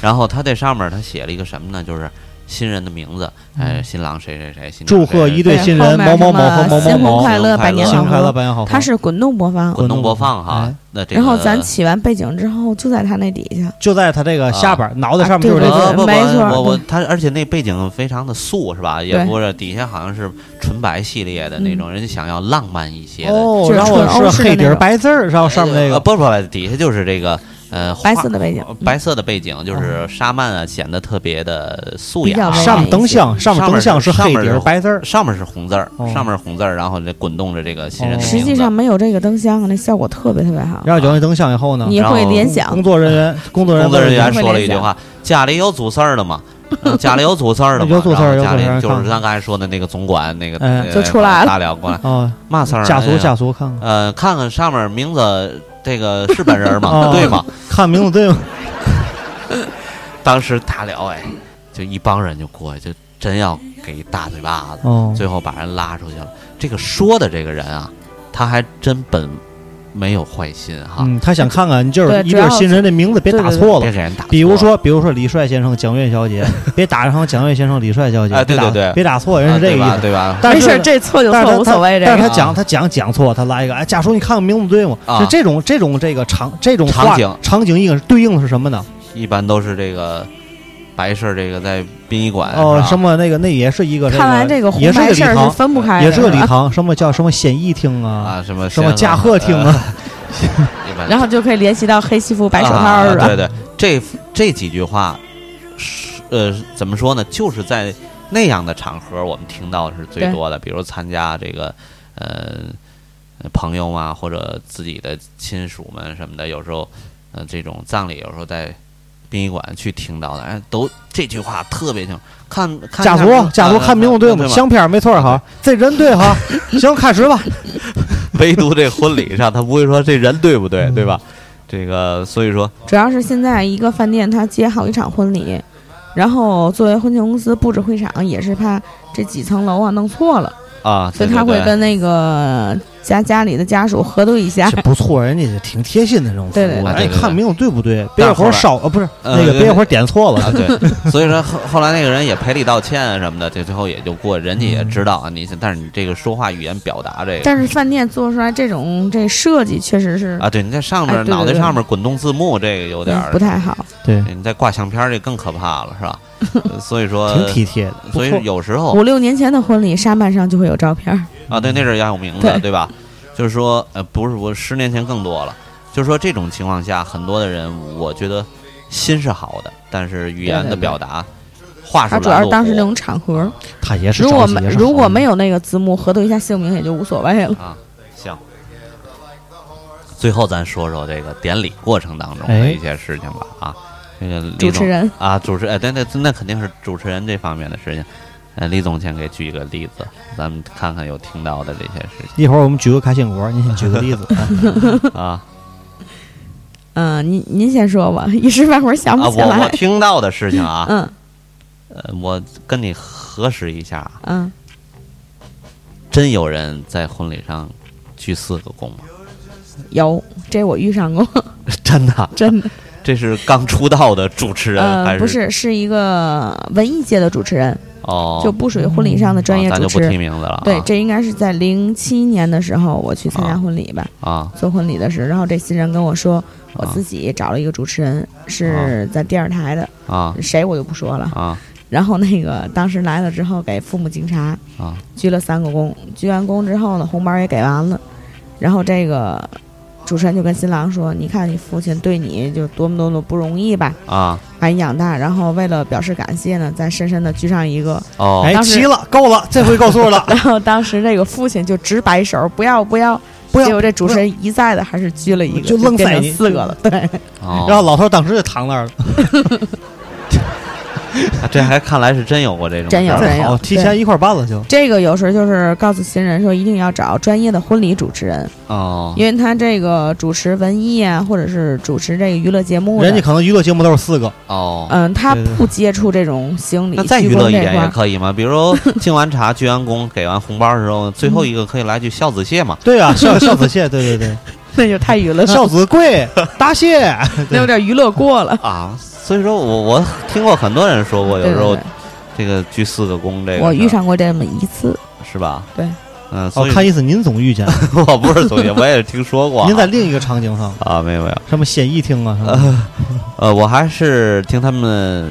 [SPEAKER 2] 然后他这上面他写了一个什么呢？就是新人的名字，
[SPEAKER 5] 嗯
[SPEAKER 2] 哎，新郎谁谁谁，新娘
[SPEAKER 1] 祝贺
[SPEAKER 2] 谁谁
[SPEAKER 1] 一对
[SPEAKER 5] 对
[SPEAKER 1] 新
[SPEAKER 5] 后
[SPEAKER 1] 人
[SPEAKER 5] 面
[SPEAKER 1] 某某
[SPEAKER 5] 什
[SPEAKER 1] 某和
[SPEAKER 5] 么
[SPEAKER 1] 某某
[SPEAKER 5] 新婚
[SPEAKER 1] 某，
[SPEAKER 5] 快
[SPEAKER 2] 新婚
[SPEAKER 5] 乐，
[SPEAKER 2] 快
[SPEAKER 5] 百年
[SPEAKER 2] 乐
[SPEAKER 1] 新
[SPEAKER 5] 好
[SPEAKER 1] 快乐，
[SPEAKER 5] 合，
[SPEAKER 1] 百年好合。
[SPEAKER 5] 它是滚动播放。
[SPEAKER 2] 滚动播放哈
[SPEAKER 1] 哎。
[SPEAKER 2] 那这个
[SPEAKER 5] 然后咱起完背景之后，就在它那底下，
[SPEAKER 1] 就在他这
[SPEAKER 2] 啊
[SPEAKER 1] 个下边儿，脑袋上面就是
[SPEAKER 5] 对
[SPEAKER 1] 这
[SPEAKER 5] 对
[SPEAKER 1] 个
[SPEAKER 2] 呃不不
[SPEAKER 5] 没错
[SPEAKER 2] 我我他，而且那背景非常的素是吧？也
[SPEAKER 5] 对嗯
[SPEAKER 2] 不是底下好像是纯白系列的那种，人家想要浪漫一些的。
[SPEAKER 1] 哦，
[SPEAKER 5] 就是
[SPEAKER 1] 然后
[SPEAKER 5] 纯欧
[SPEAKER 1] 是
[SPEAKER 5] 式
[SPEAKER 1] 黑
[SPEAKER 5] 的
[SPEAKER 1] 底
[SPEAKER 5] 那
[SPEAKER 1] 儿
[SPEAKER 5] 种
[SPEAKER 1] 白字儿，然后上面那
[SPEAKER 2] 呃
[SPEAKER 1] 个
[SPEAKER 2] 不不不，底下就是这个呃
[SPEAKER 5] 白
[SPEAKER 2] 花
[SPEAKER 5] 色的背
[SPEAKER 1] 哦
[SPEAKER 5] 嗯景，
[SPEAKER 2] 白色的背景就是沙曼啊，显得特别的素
[SPEAKER 5] 比较
[SPEAKER 2] 雅。
[SPEAKER 5] 唯美
[SPEAKER 1] 上面灯箱，上面灯箱是黑
[SPEAKER 2] 上
[SPEAKER 1] 底
[SPEAKER 2] 面
[SPEAKER 1] 儿
[SPEAKER 2] 是
[SPEAKER 1] 白字儿，
[SPEAKER 2] 上面是红字儿
[SPEAKER 1] 哦，
[SPEAKER 2] 上面是红字儿，然后这滚动着这个新人
[SPEAKER 1] 哦
[SPEAKER 2] 的名字
[SPEAKER 5] 实际上没有这个灯箱，那效果特别特别好。
[SPEAKER 1] 然后有那灯箱以后呢，
[SPEAKER 5] 你会
[SPEAKER 2] 然后
[SPEAKER 5] 联想
[SPEAKER 1] 工作人员工作人
[SPEAKER 2] 工
[SPEAKER 1] 员
[SPEAKER 2] 作人员
[SPEAKER 5] 会
[SPEAKER 2] 说了一
[SPEAKER 5] 联
[SPEAKER 2] 句
[SPEAKER 5] 想
[SPEAKER 2] 话：“家里有主事儿的 嘛，呃家里有主事儿的嘛。”
[SPEAKER 1] 有主事儿
[SPEAKER 2] 然后家
[SPEAKER 1] 有主事儿
[SPEAKER 2] 里就是
[SPEAKER 1] 看
[SPEAKER 2] 咱刚才说的那个总管那个
[SPEAKER 1] 哎
[SPEAKER 2] 呃
[SPEAKER 5] 嗯就出来了
[SPEAKER 2] 大了过来，
[SPEAKER 1] 啊，
[SPEAKER 2] 嘛 事儿啊？
[SPEAKER 1] 家
[SPEAKER 2] 哎
[SPEAKER 1] 族
[SPEAKER 2] 呀
[SPEAKER 1] 家族看看
[SPEAKER 2] 呃，看看上面名字，这个是本人
[SPEAKER 1] 哦
[SPEAKER 2] 吗？对吗？
[SPEAKER 1] 看名字对吗？
[SPEAKER 2] 当时大了哎，就一帮人就过去，就真要给一大嘴巴子，
[SPEAKER 1] 哦，
[SPEAKER 2] 最后把人拉出去了。这个说的这个人啊，他还真本没有坏心哈，
[SPEAKER 1] 嗯，他想看看你就是
[SPEAKER 5] 对
[SPEAKER 1] 一
[SPEAKER 5] 主
[SPEAKER 1] 对
[SPEAKER 5] 要
[SPEAKER 1] 新人的名字别打错
[SPEAKER 2] 别
[SPEAKER 1] 了。
[SPEAKER 2] 给人打错了。啊
[SPEAKER 1] 比如说，比如说李帅先生、蒋月小 姐，别打上蒋月先生、李帅小姐，
[SPEAKER 2] 哎对
[SPEAKER 1] 别打
[SPEAKER 2] 对对
[SPEAKER 1] 别打错，
[SPEAKER 2] 啊，
[SPEAKER 1] 人是这个
[SPEAKER 2] 对
[SPEAKER 1] 意
[SPEAKER 2] 吧？
[SPEAKER 1] 思。
[SPEAKER 2] 对吧？
[SPEAKER 1] 但
[SPEAKER 5] 没事
[SPEAKER 1] 是
[SPEAKER 5] 儿，这错就
[SPEAKER 1] 但是
[SPEAKER 5] 错，
[SPEAKER 1] 他
[SPEAKER 5] 无所谓。这
[SPEAKER 1] 但是他
[SPEAKER 5] 个
[SPEAKER 1] 讲
[SPEAKER 2] 啊
[SPEAKER 1] 他讲讲错，他来一个，哎，家属你看看名字对吗？
[SPEAKER 2] 啊
[SPEAKER 1] 是这种这种这个场这种
[SPEAKER 2] 场
[SPEAKER 1] 话
[SPEAKER 2] 景
[SPEAKER 1] 场景应对应的是什么呢？
[SPEAKER 2] 一般都是这个白事儿，这个在殡仪馆
[SPEAKER 1] 哦，
[SPEAKER 2] 哎是
[SPEAKER 1] 什
[SPEAKER 2] 吧？
[SPEAKER 1] 么那个那也是一个
[SPEAKER 5] 看完
[SPEAKER 1] 这
[SPEAKER 5] 这
[SPEAKER 1] 个
[SPEAKER 5] 个红
[SPEAKER 1] 也是个
[SPEAKER 5] 白
[SPEAKER 1] 礼
[SPEAKER 5] 事儿是
[SPEAKER 1] 堂，
[SPEAKER 5] 分不开的，
[SPEAKER 1] 也是个礼
[SPEAKER 5] 吧
[SPEAKER 1] 堂，什么叫什么献艺厅啊，
[SPEAKER 2] 啊，什么
[SPEAKER 1] 什么驾鹤厅啊，
[SPEAKER 2] 啊，一般
[SPEAKER 5] 然后就可以联系到黑西服、白手套
[SPEAKER 2] 啊
[SPEAKER 5] 是吧？
[SPEAKER 2] 对对，这这几句话是呃怎么说呢？就是在那样的场合，我们听到的是最
[SPEAKER 5] 对
[SPEAKER 2] 多的，比如参加这个呃呃朋友啊，或者自己的亲属们什么的，有时候呃这种葬礼，有时候在。殡仪馆去听到的，哎，都这句话特别清楚。看，看
[SPEAKER 1] 家
[SPEAKER 2] 一下名
[SPEAKER 1] 族
[SPEAKER 2] 字
[SPEAKER 1] 家族
[SPEAKER 2] 啊
[SPEAKER 1] 看名字对吗？
[SPEAKER 2] 吗
[SPEAKER 1] 相片儿没错儿哈，这人对哈，行，开始吧。
[SPEAKER 2] 唯独这婚礼上，他不会说这人对不对，对
[SPEAKER 5] 嗯
[SPEAKER 2] 吧？这个，所以说，
[SPEAKER 5] 主要是现在一个饭店它接好一场婚礼，然后作为婚庆公司布置会场，也是怕这几层楼啊弄错了，
[SPEAKER 2] 啊，
[SPEAKER 5] 所以
[SPEAKER 2] 对
[SPEAKER 5] 他
[SPEAKER 2] 对
[SPEAKER 5] 会
[SPEAKER 2] 对
[SPEAKER 5] 跟那个家家里的家属核对一 下。
[SPEAKER 1] 这不错， 人家也挺贴心的这种服
[SPEAKER 5] 对对
[SPEAKER 1] 务。
[SPEAKER 2] 对
[SPEAKER 1] 哎，
[SPEAKER 2] 对对
[SPEAKER 1] 看名字对不对？别
[SPEAKER 2] 但
[SPEAKER 1] 一会
[SPEAKER 2] 是后
[SPEAKER 1] 儿
[SPEAKER 2] 来
[SPEAKER 1] 烧呃，不是
[SPEAKER 2] 呃
[SPEAKER 1] 那个，
[SPEAKER 2] 对
[SPEAKER 1] 别一会儿点错了
[SPEAKER 2] 啊，。 对，所以说后后来那个人也赔礼道歉啊什么的，这最后也就过，人家也知道
[SPEAKER 1] 嗯
[SPEAKER 2] 啊，你但是你这个说话语言表达这个
[SPEAKER 5] 但是饭店做出来这种这设计确实是
[SPEAKER 2] 啊，对，你在上
[SPEAKER 5] 哎
[SPEAKER 2] 面
[SPEAKER 5] 对对
[SPEAKER 2] 脑袋
[SPEAKER 5] 对
[SPEAKER 2] 上面滚动字幕，这个有点
[SPEAKER 5] 嗯不
[SPEAKER 2] 儿，
[SPEAKER 5] 太好。
[SPEAKER 1] 对，
[SPEAKER 2] 你再挂相片儿这更可怕了，是 吧？呃所以说
[SPEAKER 1] 挺，体贴的，不
[SPEAKER 2] 所
[SPEAKER 1] 错
[SPEAKER 2] 以。有时候
[SPEAKER 5] 五六年前的婚礼，沙曼上就会有照片儿，
[SPEAKER 2] 啊，对，那阵儿也有名字，
[SPEAKER 5] 对
[SPEAKER 2] 对吧？就是说，呃，不是我十年前更多了，就是说这种情况下，很多的人，我觉得心是好的，但是语言
[SPEAKER 5] 对
[SPEAKER 2] 的
[SPEAKER 5] 对对
[SPEAKER 2] 表达，话术
[SPEAKER 5] 它
[SPEAKER 2] 拦
[SPEAKER 5] 主要是
[SPEAKER 2] 路
[SPEAKER 5] 当时
[SPEAKER 2] 虎
[SPEAKER 5] 那种场合。
[SPEAKER 1] 他也是
[SPEAKER 5] 如
[SPEAKER 1] 着
[SPEAKER 5] 果
[SPEAKER 1] 急
[SPEAKER 5] 没
[SPEAKER 1] 也是
[SPEAKER 5] 如
[SPEAKER 1] 好
[SPEAKER 5] 果
[SPEAKER 1] 的
[SPEAKER 5] 没有那个字幕，核对一下姓名也就无所谓了。
[SPEAKER 2] 啊，行。最后咱说说这个典礼过程当中
[SPEAKER 1] 哎
[SPEAKER 2] 的一些事情吧啊，这个李
[SPEAKER 5] 主
[SPEAKER 2] 总
[SPEAKER 5] 持人
[SPEAKER 2] 啊，主持哎，对对，那肯定是主持人这方面的事情。呃，李总先给举一个例子，咱们看看有听到的这些事
[SPEAKER 1] 一会儿我们举个开心果，您先举个 例子。
[SPEAKER 2] 情啊
[SPEAKER 5] 嗯，您您先说吧，一时半会儿想
[SPEAKER 2] 啊，
[SPEAKER 5] 不
[SPEAKER 2] 我
[SPEAKER 5] 起
[SPEAKER 2] 我
[SPEAKER 5] 来。
[SPEAKER 2] 听到的事情啊，
[SPEAKER 5] 嗯
[SPEAKER 2] 呃，我跟你核实一下啊，
[SPEAKER 5] 嗯，
[SPEAKER 2] 真有人在婚礼上鞠四个躬吗？
[SPEAKER 5] 有这我遇上过，
[SPEAKER 2] 真的，啊
[SPEAKER 5] 真的。
[SPEAKER 2] 这是刚出道的主持人、还
[SPEAKER 5] 呃，
[SPEAKER 2] 是
[SPEAKER 5] 不是，是一个文艺界的主持人，
[SPEAKER 2] 哦，
[SPEAKER 5] 就不属于婚礼上的专业
[SPEAKER 2] 啊咱
[SPEAKER 5] 主
[SPEAKER 2] 就
[SPEAKER 5] 持
[SPEAKER 2] 不提
[SPEAKER 5] 人。
[SPEAKER 2] 名字了啊，
[SPEAKER 5] 对，这应该是在零七年的时候，我去参加
[SPEAKER 2] 啊
[SPEAKER 5] 婚礼吧，
[SPEAKER 2] 啊，
[SPEAKER 5] 做婚礼的时候，然后这新人跟我说，我
[SPEAKER 2] 啊
[SPEAKER 5] 自己找了一个主持人，是在电视台的，
[SPEAKER 2] 啊
[SPEAKER 5] 谁我就不说了。
[SPEAKER 2] 啊
[SPEAKER 5] 然后那个当时来了之后，给父母警察
[SPEAKER 2] 啊
[SPEAKER 5] 鞠了三个躬，鞠完躬之后呢，红包也给完了，然后这个主持人就跟新郎说：“你看你父亲对你就多么多么不容易吧，
[SPEAKER 2] 啊
[SPEAKER 5] 把你养大，然后为了表示感谢呢，再深深的鞠上一个。
[SPEAKER 2] 哦，
[SPEAKER 1] 哎，
[SPEAKER 5] 当时
[SPEAKER 1] 齐了，够了，这回够数了”。
[SPEAKER 5] 然后当时这个父亲就直摆手，不要不要。
[SPEAKER 1] 不要
[SPEAKER 5] 结果这主持人一再的还是鞠了一个，
[SPEAKER 1] 就愣
[SPEAKER 5] 变
[SPEAKER 1] 塞
[SPEAKER 5] 成
[SPEAKER 1] 你
[SPEAKER 5] 四个了。对，
[SPEAKER 2] 哦
[SPEAKER 1] 然后老头儿当时就躺那儿了，
[SPEAKER 2] 啊这还看来是真有过这种
[SPEAKER 5] 真有
[SPEAKER 2] 事儿
[SPEAKER 5] 真有
[SPEAKER 1] 好，提前一块儿办了就。
[SPEAKER 5] 这个有时候就是告诉新人说，一定要找专业的婚礼主持人，
[SPEAKER 2] 哦，
[SPEAKER 5] 因为他这个主持文艺啊，或者是主持这个娱乐节目的，
[SPEAKER 1] 人家可能娱乐节目都是四 个，
[SPEAKER 2] 哦，
[SPEAKER 5] 嗯，他
[SPEAKER 1] 对对
[SPEAKER 5] 不接触这种心理。
[SPEAKER 2] 那再
[SPEAKER 5] 鞠
[SPEAKER 2] 娱
[SPEAKER 5] 躬
[SPEAKER 2] 乐一
[SPEAKER 5] 这
[SPEAKER 2] 点
[SPEAKER 5] 块
[SPEAKER 2] 也
[SPEAKER 5] 儿
[SPEAKER 2] 可以嘛？比如敬完茶、鞠完躬、给完红包的时候，最后一个可以来句孝子谢嘛？
[SPEAKER 1] 对啊，孝孝子谢，对对
[SPEAKER 5] 那就太娱乐
[SPEAKER 1] 对，
[SPEAKER 5] 了，
[SPEAKER 1] 孝子贵，答谢，
[SPEAKER 5] 那有点娱乐过了。
[SPEAKER 2] 啊，所以说我我听过很多人说过，有
[SPEAKER 5] 对
[SPEAKER 2] 时候
[SPEAKER 5] 对
[SPEAKER 2] 这个鞠四个躬，这
[SPEAKER 5] 对，
[SPEAKER 2] 个
[SPEAKER 5] 我
[SPEAKER 2] 事
[SPEAKER 5] 遇
[SPEAKER 2] 儿
[SPEAKER 5] 上过这么一次。
[SPEAKER 2] 是吧？
[SPEAKER 5] 对，
[SPEAKER 2] 嗯，
[SPEAKER 1] 哦
[SPEAKER 2] 所，以
[SPEAKER 1] 看意思您总遇见，
[SPEAKER 2] 我不是总结，我也是听说过啊。
[SPEAKER 1] 您在另一个场景上，
[SPEAKER 2] 啊，没有没有，
[SPEAKER 1] 什么显义厅啊，什么
[SPEAKER 2] 呃呃，我还是听他们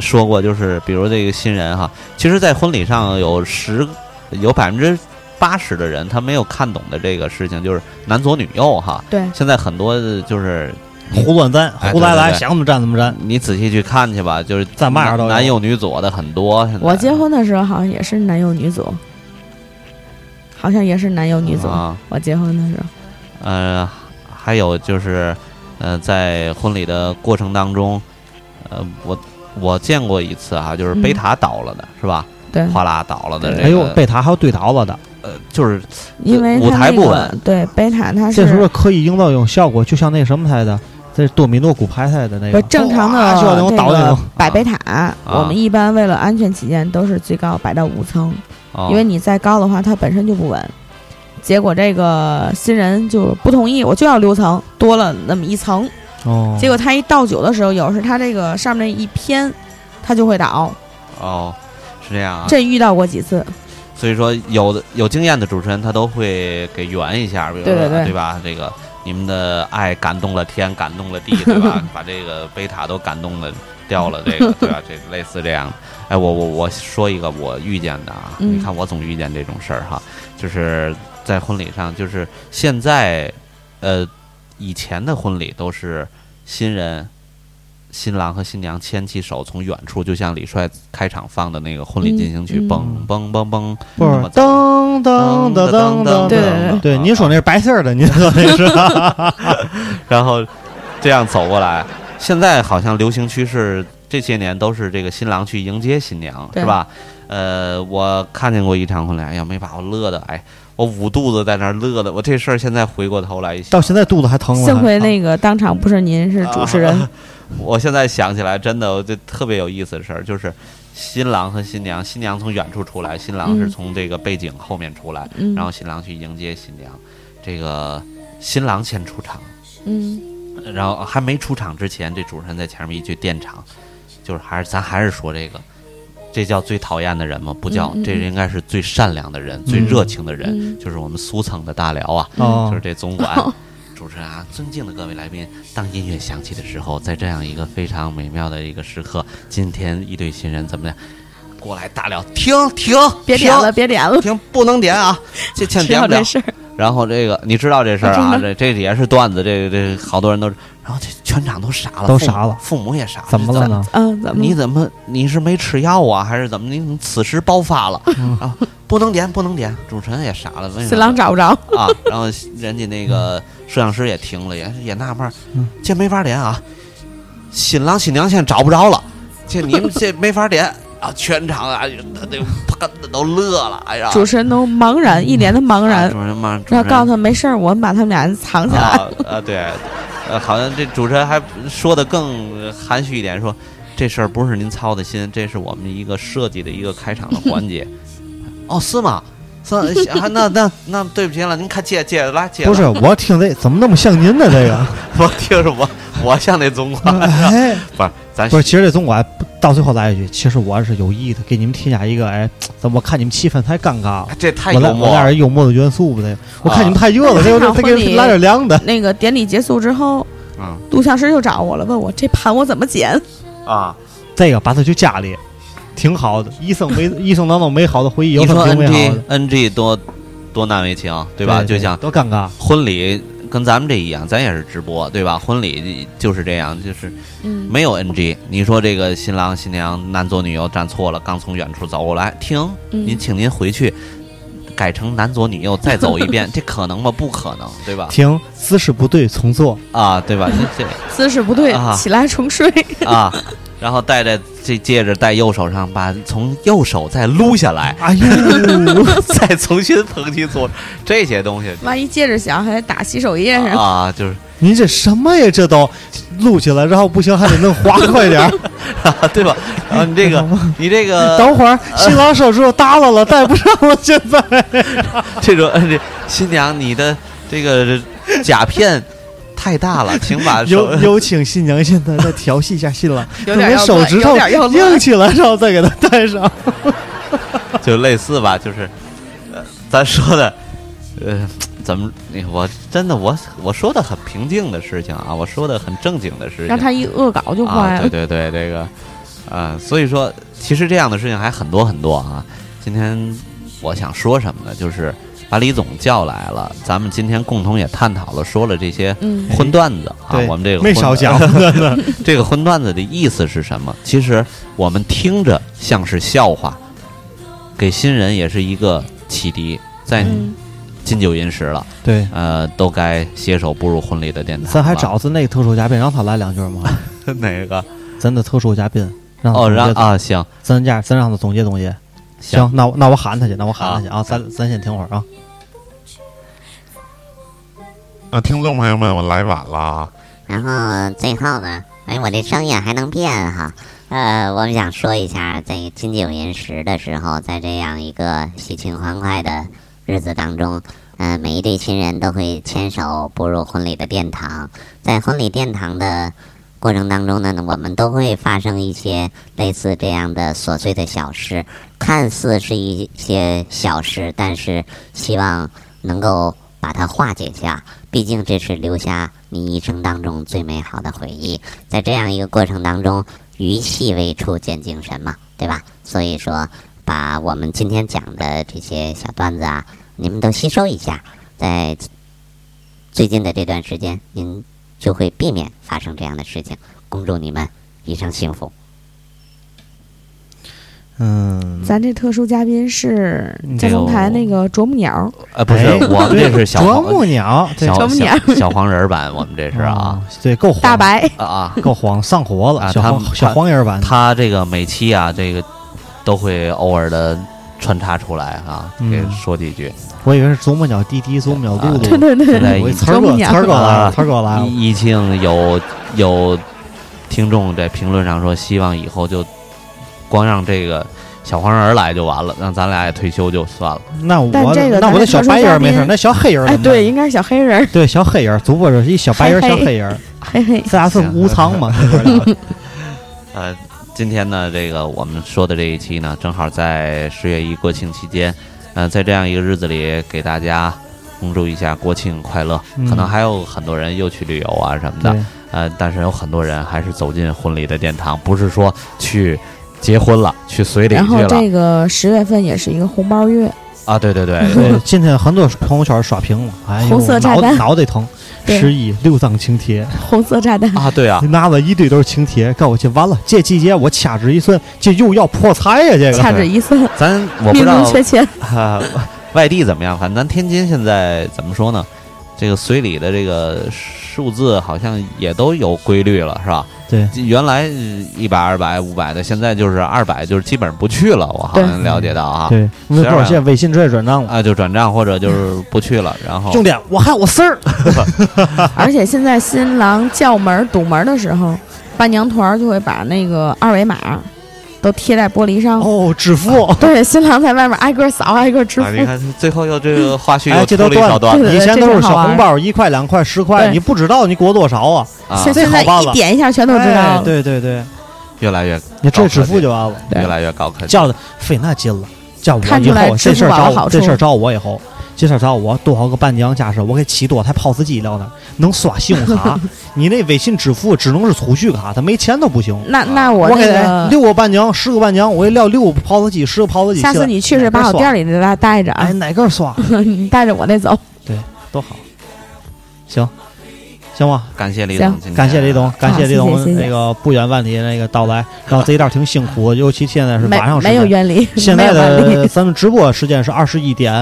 [SPEAKER 2] 说过，就是比如这个新人哈，其实，在婚礼上有十有百分之八十的人他没有看懂的这个事情，就是男左女右哈。
[SPEAKER 5] 对，
[SPEAKER 2] 现在很多就是
[SPEAKER 1] 胡乱粘，
[SPEAKER 2] 哎
[SPEAKER 1] 胡来
[SPEAKER 2] 对
[SPEAKER 1] 来，
[SPEAKER 2] 对对
[SPEAKER 1] 想怎么站怎么站。
[SPEAKER 2] 你仔细去看去吧，就是
[SPEAKER 1] 在嘛样都有
[SPEAKER 2] 男右女左的很多。现在
[SPEAKER 5] 我结婚的时候好像也是男右女左，好像也是男右女左。
[SPEAKER 2] 啊，
[SPEAKER 5] 我结婚的时候，
[SPEAKER 2] 呃，还有就是呃，在婚礼的过程当中，呃，我我见过一次啊，就是贝
[SPEAKER 5] 嗯
[SPEAKER 2] 塔倒了的、是吧？
[SPEAKER 5] 对，
[SPEAKER 2] 哗啦倒了的这个，
[SPEAKER 1] 哎呦，贝塔还有对倒了的，
[SPEAKER 2] 呃，就是
[SPEAKER 5] 因为
[SPEAKER 2] 舞
[SPEAKER 5] 他
[SPEAKER 2] 台
[SPEAKER 5] 那
[SPEAKER 2] 不
[SPEAKER 5] 个
[SPEAKER 2] 稳。
[SPEAKER 5] 对，贝塔他
[SPEAKER 1] 这时
[SPEAKER 5] 是
[SPEAKER 1] 候刻意营造一种效果，就像那什么台的，这是多米诺骨牌台的那
[SPEAKER 5] 不
[SPEAKER 1] 个，
[SPEAKER 5] 是正常的
[SPEAKER 1] 哗就要那
[SPEAKER 5] 这
[SPEAKER 1] 种倒那
[SPEAKER 5] 个
[SPEAKER 1] 种，
[SPEAKER 5] 摆贝塔，我们一般为了安全起见，都是最高摆到五层，
[SPEAKER 2] 哦、
[SPEAKER 5] 因为你再高的话，它本身就不稳。结果这个新人就不同意，我就要六层，多了那么一层。
[SPEAKER 1] 哦，
[SPEAKER 5] 结果他一倒酒的时候，有时他这个上面那一偏，他就会倒。
[SPEAKER 2] 哦是这样啊，
[SPEAKER 5] 这遇到过几次，
[SPEAKER 2] 所以说有的有经验的主持人他都会给圆一下，比如说
[SPEAKER 5] 对对对
[SPEAKER 2] 吧？这个你们的爱感动了天，感动了地，对 吧？把这个贝塔都感动了掉了，这个对吧？这类似这样的。哎，我我我说一个我遇见的啊，
[SPEAKER 5] 嗯
[SPEAKER 2] 你看我总遇见这种事儿哈，就是在婚礼上，就是现在呃以前的婚礼都是新人。新郎和新娘牵起手，从远处就像李帅开场放的那个婚礼进行曲，
[SPEAKER 5] 嗯嗯
[SPEAKER 2] 嘣嘣嘣嘣，
[SPEAKER 1] 不是
[SPEAKER 2] 那么走
[SPEAKER 1] 噔噔噔噔噔，
[SPEAKER 5] 对
[SPEAKER 1] 对，您说那
[SPEAKER 2] 那，
[SPEAKER 1] 是白事儿的，您说那 是，
[SPEAKER 2] 然后这样走过来，现在好像流行趋势，这些年都是这个新郎去迎接新娘，
[SPEAKER 5] 对
[SPEAKER 2] 是吧？呃，我看见过一场婚礼，哎呀，没把我乐的，哎，我捂肚子在那儿乐的，我这事儿现在回过头来一想
[SPEAKER 1] 到，现在肚子还疼了。
[SPEAKER 5] 幸
[SPEAKER 2] 啊
[SPEAKER 5] 亏
[SPEAKER 1] 还
[SPEAKER 5] 那个当场不是您是主持人，
[SPEAKER 2] 我现在想起来，真的，我就特别有意思的事儿，就是新郎和新娘，新娘从远处出来，新郎是
[SPEAKER 5] 嗯
[SPEAKER 2] 从这个背景后面出来，
[SPEAKER 5] 嗯
[SPEAKER 2] 然后新郎去迎接新娘，这个新郎先出场。
[SPEAKER 5] 嗯
[SPEAKER 2] 然后还没出场之前，这主持人在前面一句垫场，就是还是咱还是说这个，这叫最讨厌的人吗？不叫，
[SPEAKER 5] 嗯嗯嗯
[SPEAKER 2] 这应该是最善良的人、最热情的人，
[SPEAKER 5] 嗯
[SPEAKER 2] 就是我们俗称的大辽啊，
[SPEAKER 1] 哦
[SPEAKER 2] 就是，这总 管。主持人啊，尊敬的各位来宾，当音乐响起的时候，在这样一个非常美妙的一个时刻，今天一对新人怎么样？过来大辽，停停，
[SPEAKER 5] 别点了，
[SPEAKER 2] 停
[SPEAKER 5] 别点了，
[SPEAKER 2] 停，不能点啊，这 欠
[SPEAKER 5] 知
[SPEAKER 2] 点不了
[SPEAKER 5] 道这。事儿，
[SPEAKER 2] 然后这个你知道这事儿
[SPEAKER 5] 我
[SPEAKER 2] 啊，
[SPEAKER 5] 知
[SPEAKER 2] 这这也是段子，这这好多人都，然后这全场都傻了，
[SPEAKER 1] 都
[SPEAKER 2] 父母
[SPEAKER 1] 傻了
[SPEAKER 2] 父母也傻了，
[SPEAKER 1] 怎么了呢？
[SPEAKER 5] 嗯，怎么
[SPEAKER 2] 你
[SPEAKER 5] 了？
[SPEAKER 2] 怎么你是没吃药啊，还是怎么？你怎么此时爆发了
[SPEAKER 1] 嗯
[SPEAKER 2] 啊？不能点，不能点！主持人也傻了，为什么
[SPEAKER 5] 新郎找不着，
[SPEAKER 2] 啊？然后人家那个摄像师也停了，也也纳闷儿
[SPEAKER 1] 嗯，
[SPEAKER 2] 这没法点啊！新郎新娘现在找不着了，这你 们这没法点啊！全场啊，那那都乐了，哎呀！
[SPEAKER 5] 主持人都茫然，一脸的茫
[SPEAKER 2] 啊
[SPEAKER 5] 然
[SPEAKER 2] 主，持人嘛，主持
[SPEAKER 5] 然
[SPEAKER 2] 人
[SPEAKER 5] 后告诉他没事儿，我们把他们俩藏起来。
[SPEAKER 2] 啊啊，对，呃，好像这主持人还说的更含蓄一点，说这事儿不是您操的心，这是我们一个设计的一个开场的环 节。哦，是吗？是啊，那那那对不起了，您看借借来借。
[SPEAKER 1] 不是，，我听这怎么那么像您呢？这个，
[SPEAKER 2] 我听着我我像那总管，
[SPEAKER 1] 哎，
[SPEAKER 2] 不是咱
[SPEAKER 1] 不是，其实这总管到最后来一句，其实我是有意的，给你们添加一个，哎，怎么我看你们气氛太尴尬了，
[SPEAKER 2] 这太
[SPEAKER 1] 我
[SPEAKER 2] 幽
[SPEAKER 1] 来我
[SPEAKER 2] 默
[SPEAKER 1] 来
[SPEAKER 2] 了
[SPEAKER 1] 点幽默的元素吧，这个，我看你 们太热了，
[SPEAKER 5] 啊
[SPEAKER 1] 这个再
[SPEAKER 5] 这场婚
[SPEAKER 1] 给
[SPEAKER 5] 礼
[SPEAKER 1] 来点凉的，
[SPEAKER 5] 那个典礼结束之后，
[SPEAKER 2] 啊
[SPEAKER 5] 录像师又找我了，问我这盘我怎么剪？
[SPEAKER 2] 啊！
[SPEAKER 1] 这个把它去家里，挺好的。 一生没一生当中美好的回忆，有
[SPEAKER 2] 你
[SPEAKER 1] 很
[SPEAKER 2] 说
[SPEAKER 1] 多美
[SPEAKER 2] NG
[SPEAKER 1] 好的，
[SPEAKER 2] NG 多多难为情，对吧？就像
[SPEAKER 1] 多尴尬。
[SPEAKER 2] 婚礼跟咱们这一样，咱也是直播，对吧？婚礼就是这样，就是
[SPEAKER 5] 嗯，
[SPEAKER 2] 没有 NG。你说这个新郎新娘男左女右站错了，刚从远处走过来，停，
[SPEAKER 5] 嗯
[SPEAKER 2] 您请您回去，改成男左女右再走一 遍，这可能吗？不可能，对吧？
[SPEAKER 1] 停，姿势不对，重做。
[SPEAKER 2] 啊，对吧？这这
[SPEAKER 5] 姿势不对
[SPEAKER 2] 啊，
[SPEAKER 5] 起来重睡。
[SPEAKER 2] 啊，然后戴着这戒指戴右手上，把从右手再撸下 来，
[SPEAKER 1] 哎 呦，
[SPEAKER 2] 再重新捧起左，这些东西
[SPEAKER 5] 万一接着响，还得打洗手液上。
[SPEAKER 2] 啊，就是
[SPEAKER 1] 您这什么呀？这都录起来，然后不行还得弄滑快点儿。
[SPEAKER 2] 啊，对吧？然后你 这个，你这个
[SPEAKER 1] 等会儿新郎手指头耷拉了，戴不上了，现 在。
[SPEAKER 2] 这种，这新娘，你的这个甲片太大了，请把啊手
[SPEAKER 1] 有 有请新娘现在再调戏一下新郎，
[SPEAKER 5] 有
[SPEAKER 1] 等
[SPEAKER 5] 点
[SPEAKER 1] 您
[SPEAKER 5] 要
[SPEAKER 1] 手
[SPEAKER 5] 乱
[SPEAKER 1] 指
[SPEAKER 5] 有
[SPEAKER 1] 头
[SPEAKER 5] 点要乱
[SPEAKER 1] 硬起来，然后再给他戴上。
[SPEAKER 2] 就类似吧，就是，呃，咱说的，呃，怎么，你我真的我我说的很平静的事情啊，我说的很正经的事情，
[SPEAKER 5] 让他一恶搞就
[SPEAKER 2] 啊，
[SPEAKER 5] 坏
[SPEAKER 2] 对
[SPEAKER 5] 了。
[SPEAKER 2] 对对，这个，呃，所以说，其实这样的事情还很多很多啊。今天我想说什么呢？就是把李总叫来了，咱们今天共同也探讨了，说了这些
[SPEAKER 5] 嗯
[SPEAKER 2] 荤段子啊
[SPEAKER 1] 对，
[SPEAKER 2] 我们这个
[SPEAKER 1] 没
[SPEAKER 2] 荤
[SPEAKER 1] 少讲，真的。
[SPEAKER 2] 这个荤段子的意思是什么？其实我们听着像是笑话，给新人也是一个启迪，在
[SPEAKER 5] 嗯，
[SPEAKER 2] 金九银十了，
[SPEAKER 1] 对，
[SPEAKER 2] 呃，都该携手步入婚礼的殿堂了。
[SPEAKER 1] 咱还找啊咱那个特殊嘉宾，让他来两句吗？
[SPEAKER 2] 哪个？
[SPEAKER 1] 咱的特殊嘉宾，让他
[SPEAKER 2] 哦，
[SPEAKER 1] 总结
[SPEAKER 2] 让，啊，行
[SPEAKER 1] 咱家咱让他总结总结。
[SPEAKER 2] 行
[SPEAKER 1] 行，那我那我喊他去，那我喊他去啊，咱咱先停会儿啊。
[SPEAKER 4] 啊，听众朋友们，我来晚了啊。
[SPEAKER 7] 然后最后呢，哎，我这声音还能变哈。呃，我们想说一下，在金九银十的时候，在这样一个喜庆欢快的日子当中，呃，每一对新人都会牵手步入婚礼的殿堂。在婚礼殿堂的过程当中呢，我们都会发生一些类似这样的琐碎的小事，看似是一些小事，但是希望能够把它化解下。毕竟这是留下你一生当中最美好的回忆。在这样一个过程当中，于细微处见精神嘛，对吧？所以说，把我们今天讲的这些小段子啊，你们都吸收一下，在最近的这段时间，您就会避免发生这样的事情。恭祝你们一生幸福。
[SPEAKER 1] 嗯，
[SPEAKER 5] 咱这特殊嘉宾是
[SPEAKER 1] 嗯
[SPEAKER 5] 加盟台那个啄木鸟，
[SPEAKER 2] 呃，不是，
[SPEAKER 1] 哎
[SPEAKER 2] 我们这是小
[SPEAKER 1] 啄
[SPEAKER 2] 黄
[SPEAKER 1] 木鸟，对
[SPEAKER 2] 小
[SPEAKER 5] 啄木鸟
[SPEAKER 2] 小小黄人儿版，我们这是啊，
[SPEAKER 1] 嗯对，够黄
[SPEAKER 5] 大，白。
[SPEAKER 2] 啊啊！
[SPEAKER 1] 够黄，上火了，
[SPEAKER 2] 啊
[SPEAKER 1] 小
[SPEAKER 2] 他们
[SPEAKER 1] 黄小黄人版的。
[SPEAKER 2] 他这个每期啊，这个都会偶尔的穿插出来啊，
[SPEAKER 1] 嗯
[SPEAKER 2] 给说几句。
[SPEAKER 1] 我以为是啄木鸟滴滴，啄木鸟嘟
[SPEAKER 5] 对
[SPEAKER 1] 嘟。
[SPEAKER 5] 对 对，
[SPEAKER 2] 啊对
[SPEAKER 1] 我一词儿给
[SPEAKER 5] 啄
[SPEAKER 1] 我
[SPEAKER 5] 木
[SPEAKER 1] 词
[SPEAKER 5] 鸟
[SPEAKER 1] 儿给我来了，
[SPEAKER 2] 啊
[SPEAKER 1] 词儿给我来了。
[SPEAKER 2] 一一庆有有听众在评论上说，希望以后就光让这个小黄人儿来就完了，让咱俩也退休就算了。
[SPEAKER 1] 那我
[SPEAKER 5] 但这个
[SPEAKER 1] 那
[SPEAKER 5] 咱
[SPEAKER 1] 我那
[SPEAKER 5] 们
[SPEAKER 1] 小
[SPEAKER 5] 特殊
[SPEAKER 1] 白人
[SPEAKER 5] 嘉
[SPEAKER 1] 儿没事儿，
[SPEAKER 5] 宾
[SPEAKER 1] 那小黑人儿
[SPEAKER 5] 哎，
[SPEAKER 1] 怎么办
[SPEAKER 5] 对，应该是小黑人儿，
[SPEAKER 1] 对，小黑人儿，主播是一小白人儿，
[SPEAKER 5] 嘿嘿
[SPEAKER 1] 小黑人儿，
[SPEAKER 5] 嘿嘿。
[SPEAKER 1] 这俩是无常嘛？那边儿俩
[SPEAKER 2] 呃，今天呢，这个我们说的这一期呢，正好在十月一国庆期间，呃，在这样一个日子里，给大家恭祝一下国庆快乐。
[SPEAKER 1] 嗯
[SPEAKER 2] 可能还有很多人又去旅游啊什么的，
[SPEAKER 1] 对，
[SPEAKER 2] 呃，但是有很多人还是走进婚礼的殿堂，不是说去结婚了，去随礼
[SPEAKER 5] 然
[SPEAKER 2] 去
[SPEAKER 5] 后
[SPEAKER 2] 了
[SPEAKER 5] 这个十月份也是一个红包月，
[SPEAKER 2] 啊，对对对，
[SPEAKER 1] 对，今天很多朋友圈刷屏了，哎呦，
[SPEAKER 5] 红色炸
[SPEAKER 1] 脑
[SPEAKER 5] 弹
[SPEAKER 1] 脑袋疼。
[SPEAKER 5] 对
[SPEAKER 1] 十一六张请帖，
[SPEAKER 5] 红色炸弹。
[SPEAKER 2] 啊，对啊
[SPEAKER 1] 你，拿了一堆都是请帖，告诉我去完了，这季节我掐指一算，这又要破财呀、这个
[SPEAKER 5] 掐指一算，
[SPEAKER 2] 咱我不
[SPEAKER 5] 命
[SPEAKER 2] 知道
[SPEAKER 5] 中缺钱。
[SPEAKER 2] 啊、外地怎么样，反正咱天津现在怎么说呢？这个随礼的这个数字好像也都有规律了，是吧？
[SPEAKER 1] 对，
[SPEAKER 2] 原来一百、二百、五百的，现在就是二百，就是基本上不去了。我好像
[SPEAKER 1] 对
[SPEAKER 2] 了解到啊，
[SPEAKER 1] 对，那
[SPEAKER 2] 虽
[SPEAKER 1] 多
[SPEAKER 2] 然
[SPEAKER 1] 少钱？微信转转账了。
[SPEAKER 2] 啊，就转账或者就是不去了。然后
[SPEAKER 1] 重点，我还有我事儿。
[SPEAKER 5] 而且现在新郎叫门堵门的时候，伴娘团儿就会把那个二维码都贴在玻璃上。
[SPEAKER 1] 哦，支付。
[SPEAKER 5] 对，新郎在外面挨个扫，挨个支付。
[SPEAKER 2] 啊，你看最后又这个花絮
[SPEAKER 1] 哎
[SPEAKER 2] 又
[SPEAKER 1] 这
[SPEAKER 2] 出
[SPEAKER 1] 都
[SPEAKER 2] 了一小段
[SPEAKER 5] 对
[SPEAKER 1] 以前都是
[SPEAKER 5] 这挺好
[SPEAKER 1] 小
[SPEAKER 5] 玩
[SPEAKER 1] 红包，一块、两块、十块，
[SPEAKER 5] 对
[SPEAKER 1] 你不知道你裹多少啊？
[SPEAKER 2] 啊
[SPEAKER 5] 现，
[SPEAKER 1] 这
[SPEAKER 5] 现在
[SPEAKER 1] 好办
[SPEAKER 5] 一
[SPEAKER 1] 了
[SPEAKER 5] 点一下全都知道
[SPEAKER 1] 哎
[SPEAKER 5] 了。
[SPEAKER 1] 对对对，
[SPEAKER 2] 越来越
[SPEAKER 1] 你
[SPEAKER 2] 高
[SPEAKER 1] 这
[SPEAKER 2] 科
[SPEAKER 1] 支付
[SPEAKER 2] 技
[SPEAKER 1] 就完了。
[SPEAKER 5] 对
[SPEAKER 2] 越来越高科技。
[SPEAKER 1] 叫的费那劲了，叫我
[SPEAKER 5] 看
[SPEAKER 1] 以
[SPEAKER 5] 出来
[SPEAKER 1] 后这
[SPEAKER 5] 支付
[SPEAKER 1] 事儿
[SPEAKER 5] 宝的
[SPEAKER 1] 找
[SPEAKER 5] 好
[SPEAKER 1] 这
[SPEAKER 5] 处
[SPEAKER 1] 事儿找我以后，今儿早我多少个伴娘家是，我给起多台 POS 机撂那儿，能刷信用 卡，你那微信支付只能是储蓄卡，他没钱都不行。
[SPEAKER 5] 那那我
[SPEAKER 1] 啊我给他
[SPEAKER 5] 那个，
[SPEAKER 1] 六个伴娘，十个伴娘，我给撂六个 POS 机，十个 POS 机起来。
[SPEAKER 5] 下次你去时把我店里的带带着啊
[SPEAKER 1] 哎，，哪个刷
[SPEAKER 5] 你 带着我那走。
[SPEAKER 1] 多好。行，行吧，
[SPEAKER 2] 感谢李
[SPEAKER 5] 行
[SPEAKER 2] 总今天，
[SPEAKER 1] 感谢雷总，感谢
[SPEAKER 5] 谢
[SPEAKER 1] 雷总
[SPEAKER 5] 谢谢
[SPEAKER 1] 那个不远万里那个到 来，然后这一道挺辛苦，尤其现在是
[SPEAKER 5] 没
[SPEAKER 1] 晚上时
[SPEAKER 5] 没有
[SPEAKER 1] 间。
[SPEAKER 5] 原 理，
[SPEAKER 1] 现
[SPEAKER 5] 没
[SPEAKER 1] 在
[SPEAKER 5] 有原
[SPEAKER 1] 的
[SPEAKER 5] 理。
[SPEAKER 1] 咱们直播时间是二十一点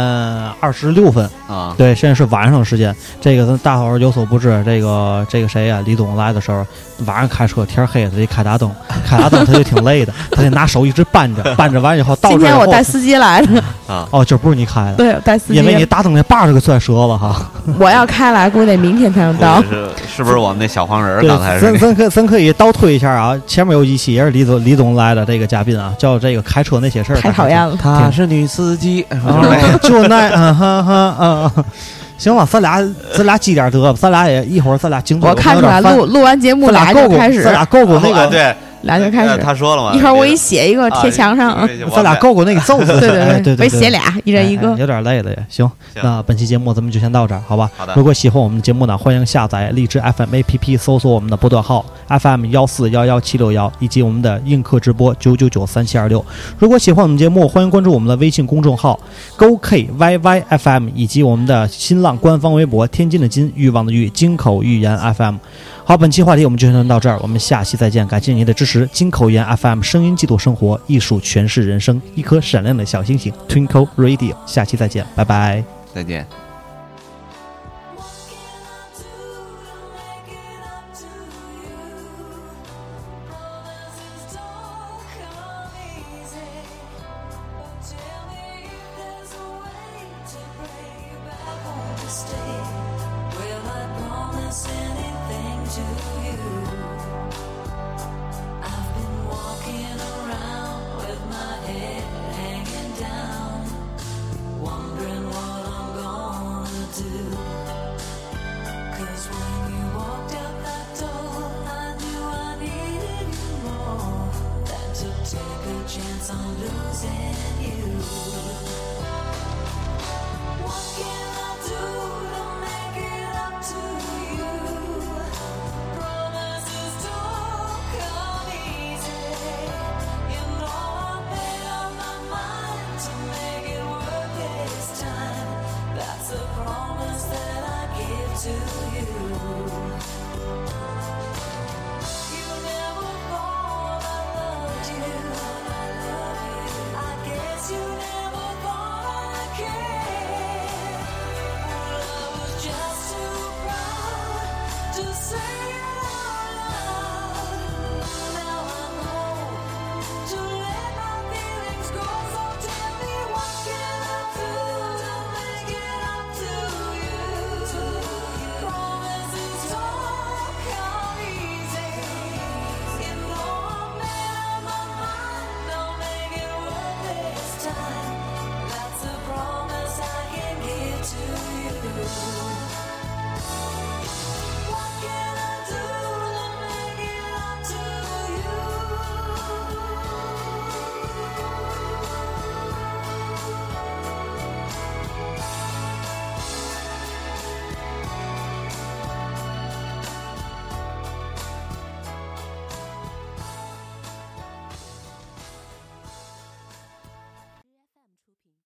[SPEAKER 1] 二十六分，
[SPEAKER 2] 啊，
[SPEAKER 1] 对，现在是晚上时间。这个咱大伙儿有所不知，这个这个谁呀、李总来的时候，晚上开车天黑了，他得开大灯，开大灯他就挺累的，他得拿手一直扳着，扳着完以后到
[SPEAKER 5] 今
[SPEAKER 1] 这儿
[SPEAKER 5] 天
[SPEAKER 1] 以
[SPEAKER 5] 我
[SPEAKER 1] 后
[SPEAKER 5] 带，司机来了，
[SPEAKER 1] 哦，这不是你开的，
[SPEAKER 5] 对，我带司机，啊
[SPEAKER 1] 因为你大灯那把儿就给拽折了哈。
[SPEAKER 5] 我要开来，估计得明天才能到
[SPEAKER 2] 估。计是是不是我们那小黄人儿
[SPEAKER 1] 对，
[SPEAKER 2] 刚才是
[SPEAKER 1] 咱
[SPEAKER 2] 那？
[SPEAKER 1] 咱可咱可以倒推一下啊，前面有一期也是李总李总来的这个嘉宾啊，叫这个开车那些事儿，
[SPEAKER 5] 太讨厌了，
[SPEAKER 1] 挺
[SPEAKER 2] 是女司机，
[SPEAKER 1] 啊，就那啊哈哈啊。行了，咱俩咱俩积点德吧，咱俩也一会儿咱俩颈椎
[SPEAKER 5] 我看出来，录录完节目
[SPEAKER 1] 咱俩
[SPEAKER 5] 俩就
[SPEAKER 1] 够够，
[SPEAKER 5] 开始，
[SPEAKER 1] 咱俩够够那个，
[SPEAKER 2] 啊对，
[SPEAKER 5] 俩就开
[SPEAKER 2] 呃
[SPEAKER 5] 始。
[SPEAKER 2] 他说了嘛，
[SPEAKER 5] 一会儿我
[SPEAKER 2] 那
[SPEAKER 5] 一
[SPEAKER 2] 个
[SPEAKER 5] 写一个
[SPEAKER 2] 啊
[SPEAKER 5] 贴墙上，
[SPEAKER 2] 因为因为
[SPEAKER 1] 咱俩够够那个揍字，
[SPEAKER 5] 对
[SPEAKER 1] 哎
[SPEAKER 5] 对
[SPEAKER 1] 对对，
[SPEAKER 5] 我写俩，一人一
[SPEAKER 1] 哎哎
[SPEAKER 5] 个。
[SPEAKER 1] 有点累了也行。
[SPEAKER 2] 行
[SPEAKER 1] 那本期节目咱们就先到这儿，好吧？
[SPEAKER 2] 好的
[SPEAKER 1] 如果喜欢我们的节目呢，欢迎下载荔枝 FM APP，搜索我们的波段号 FM 幺四幺幺七六幺，以及我们的映客直播九九九三七二六。如果喜欢我们节目，欢迎关注我们的微信公众号 GoKYYFM，以及我们的新浪官方微博“天津的津，欲望的欲，金口玉言 FM”。好，本期话题我们就先到这儿，我们下期再见，感谢您的支持。金口言 FM 声音记录生活，艺术诠释人生，一颗闪亮的小星星 Twinkle Radio，下期再见，拜拜。
[SPEAKER 2] 再见。
[SPEAKER 6] What can I do to make it up to you? Promises don't come easy, but tell me if there's a way to break you back on the stage. Will I promise anything to you?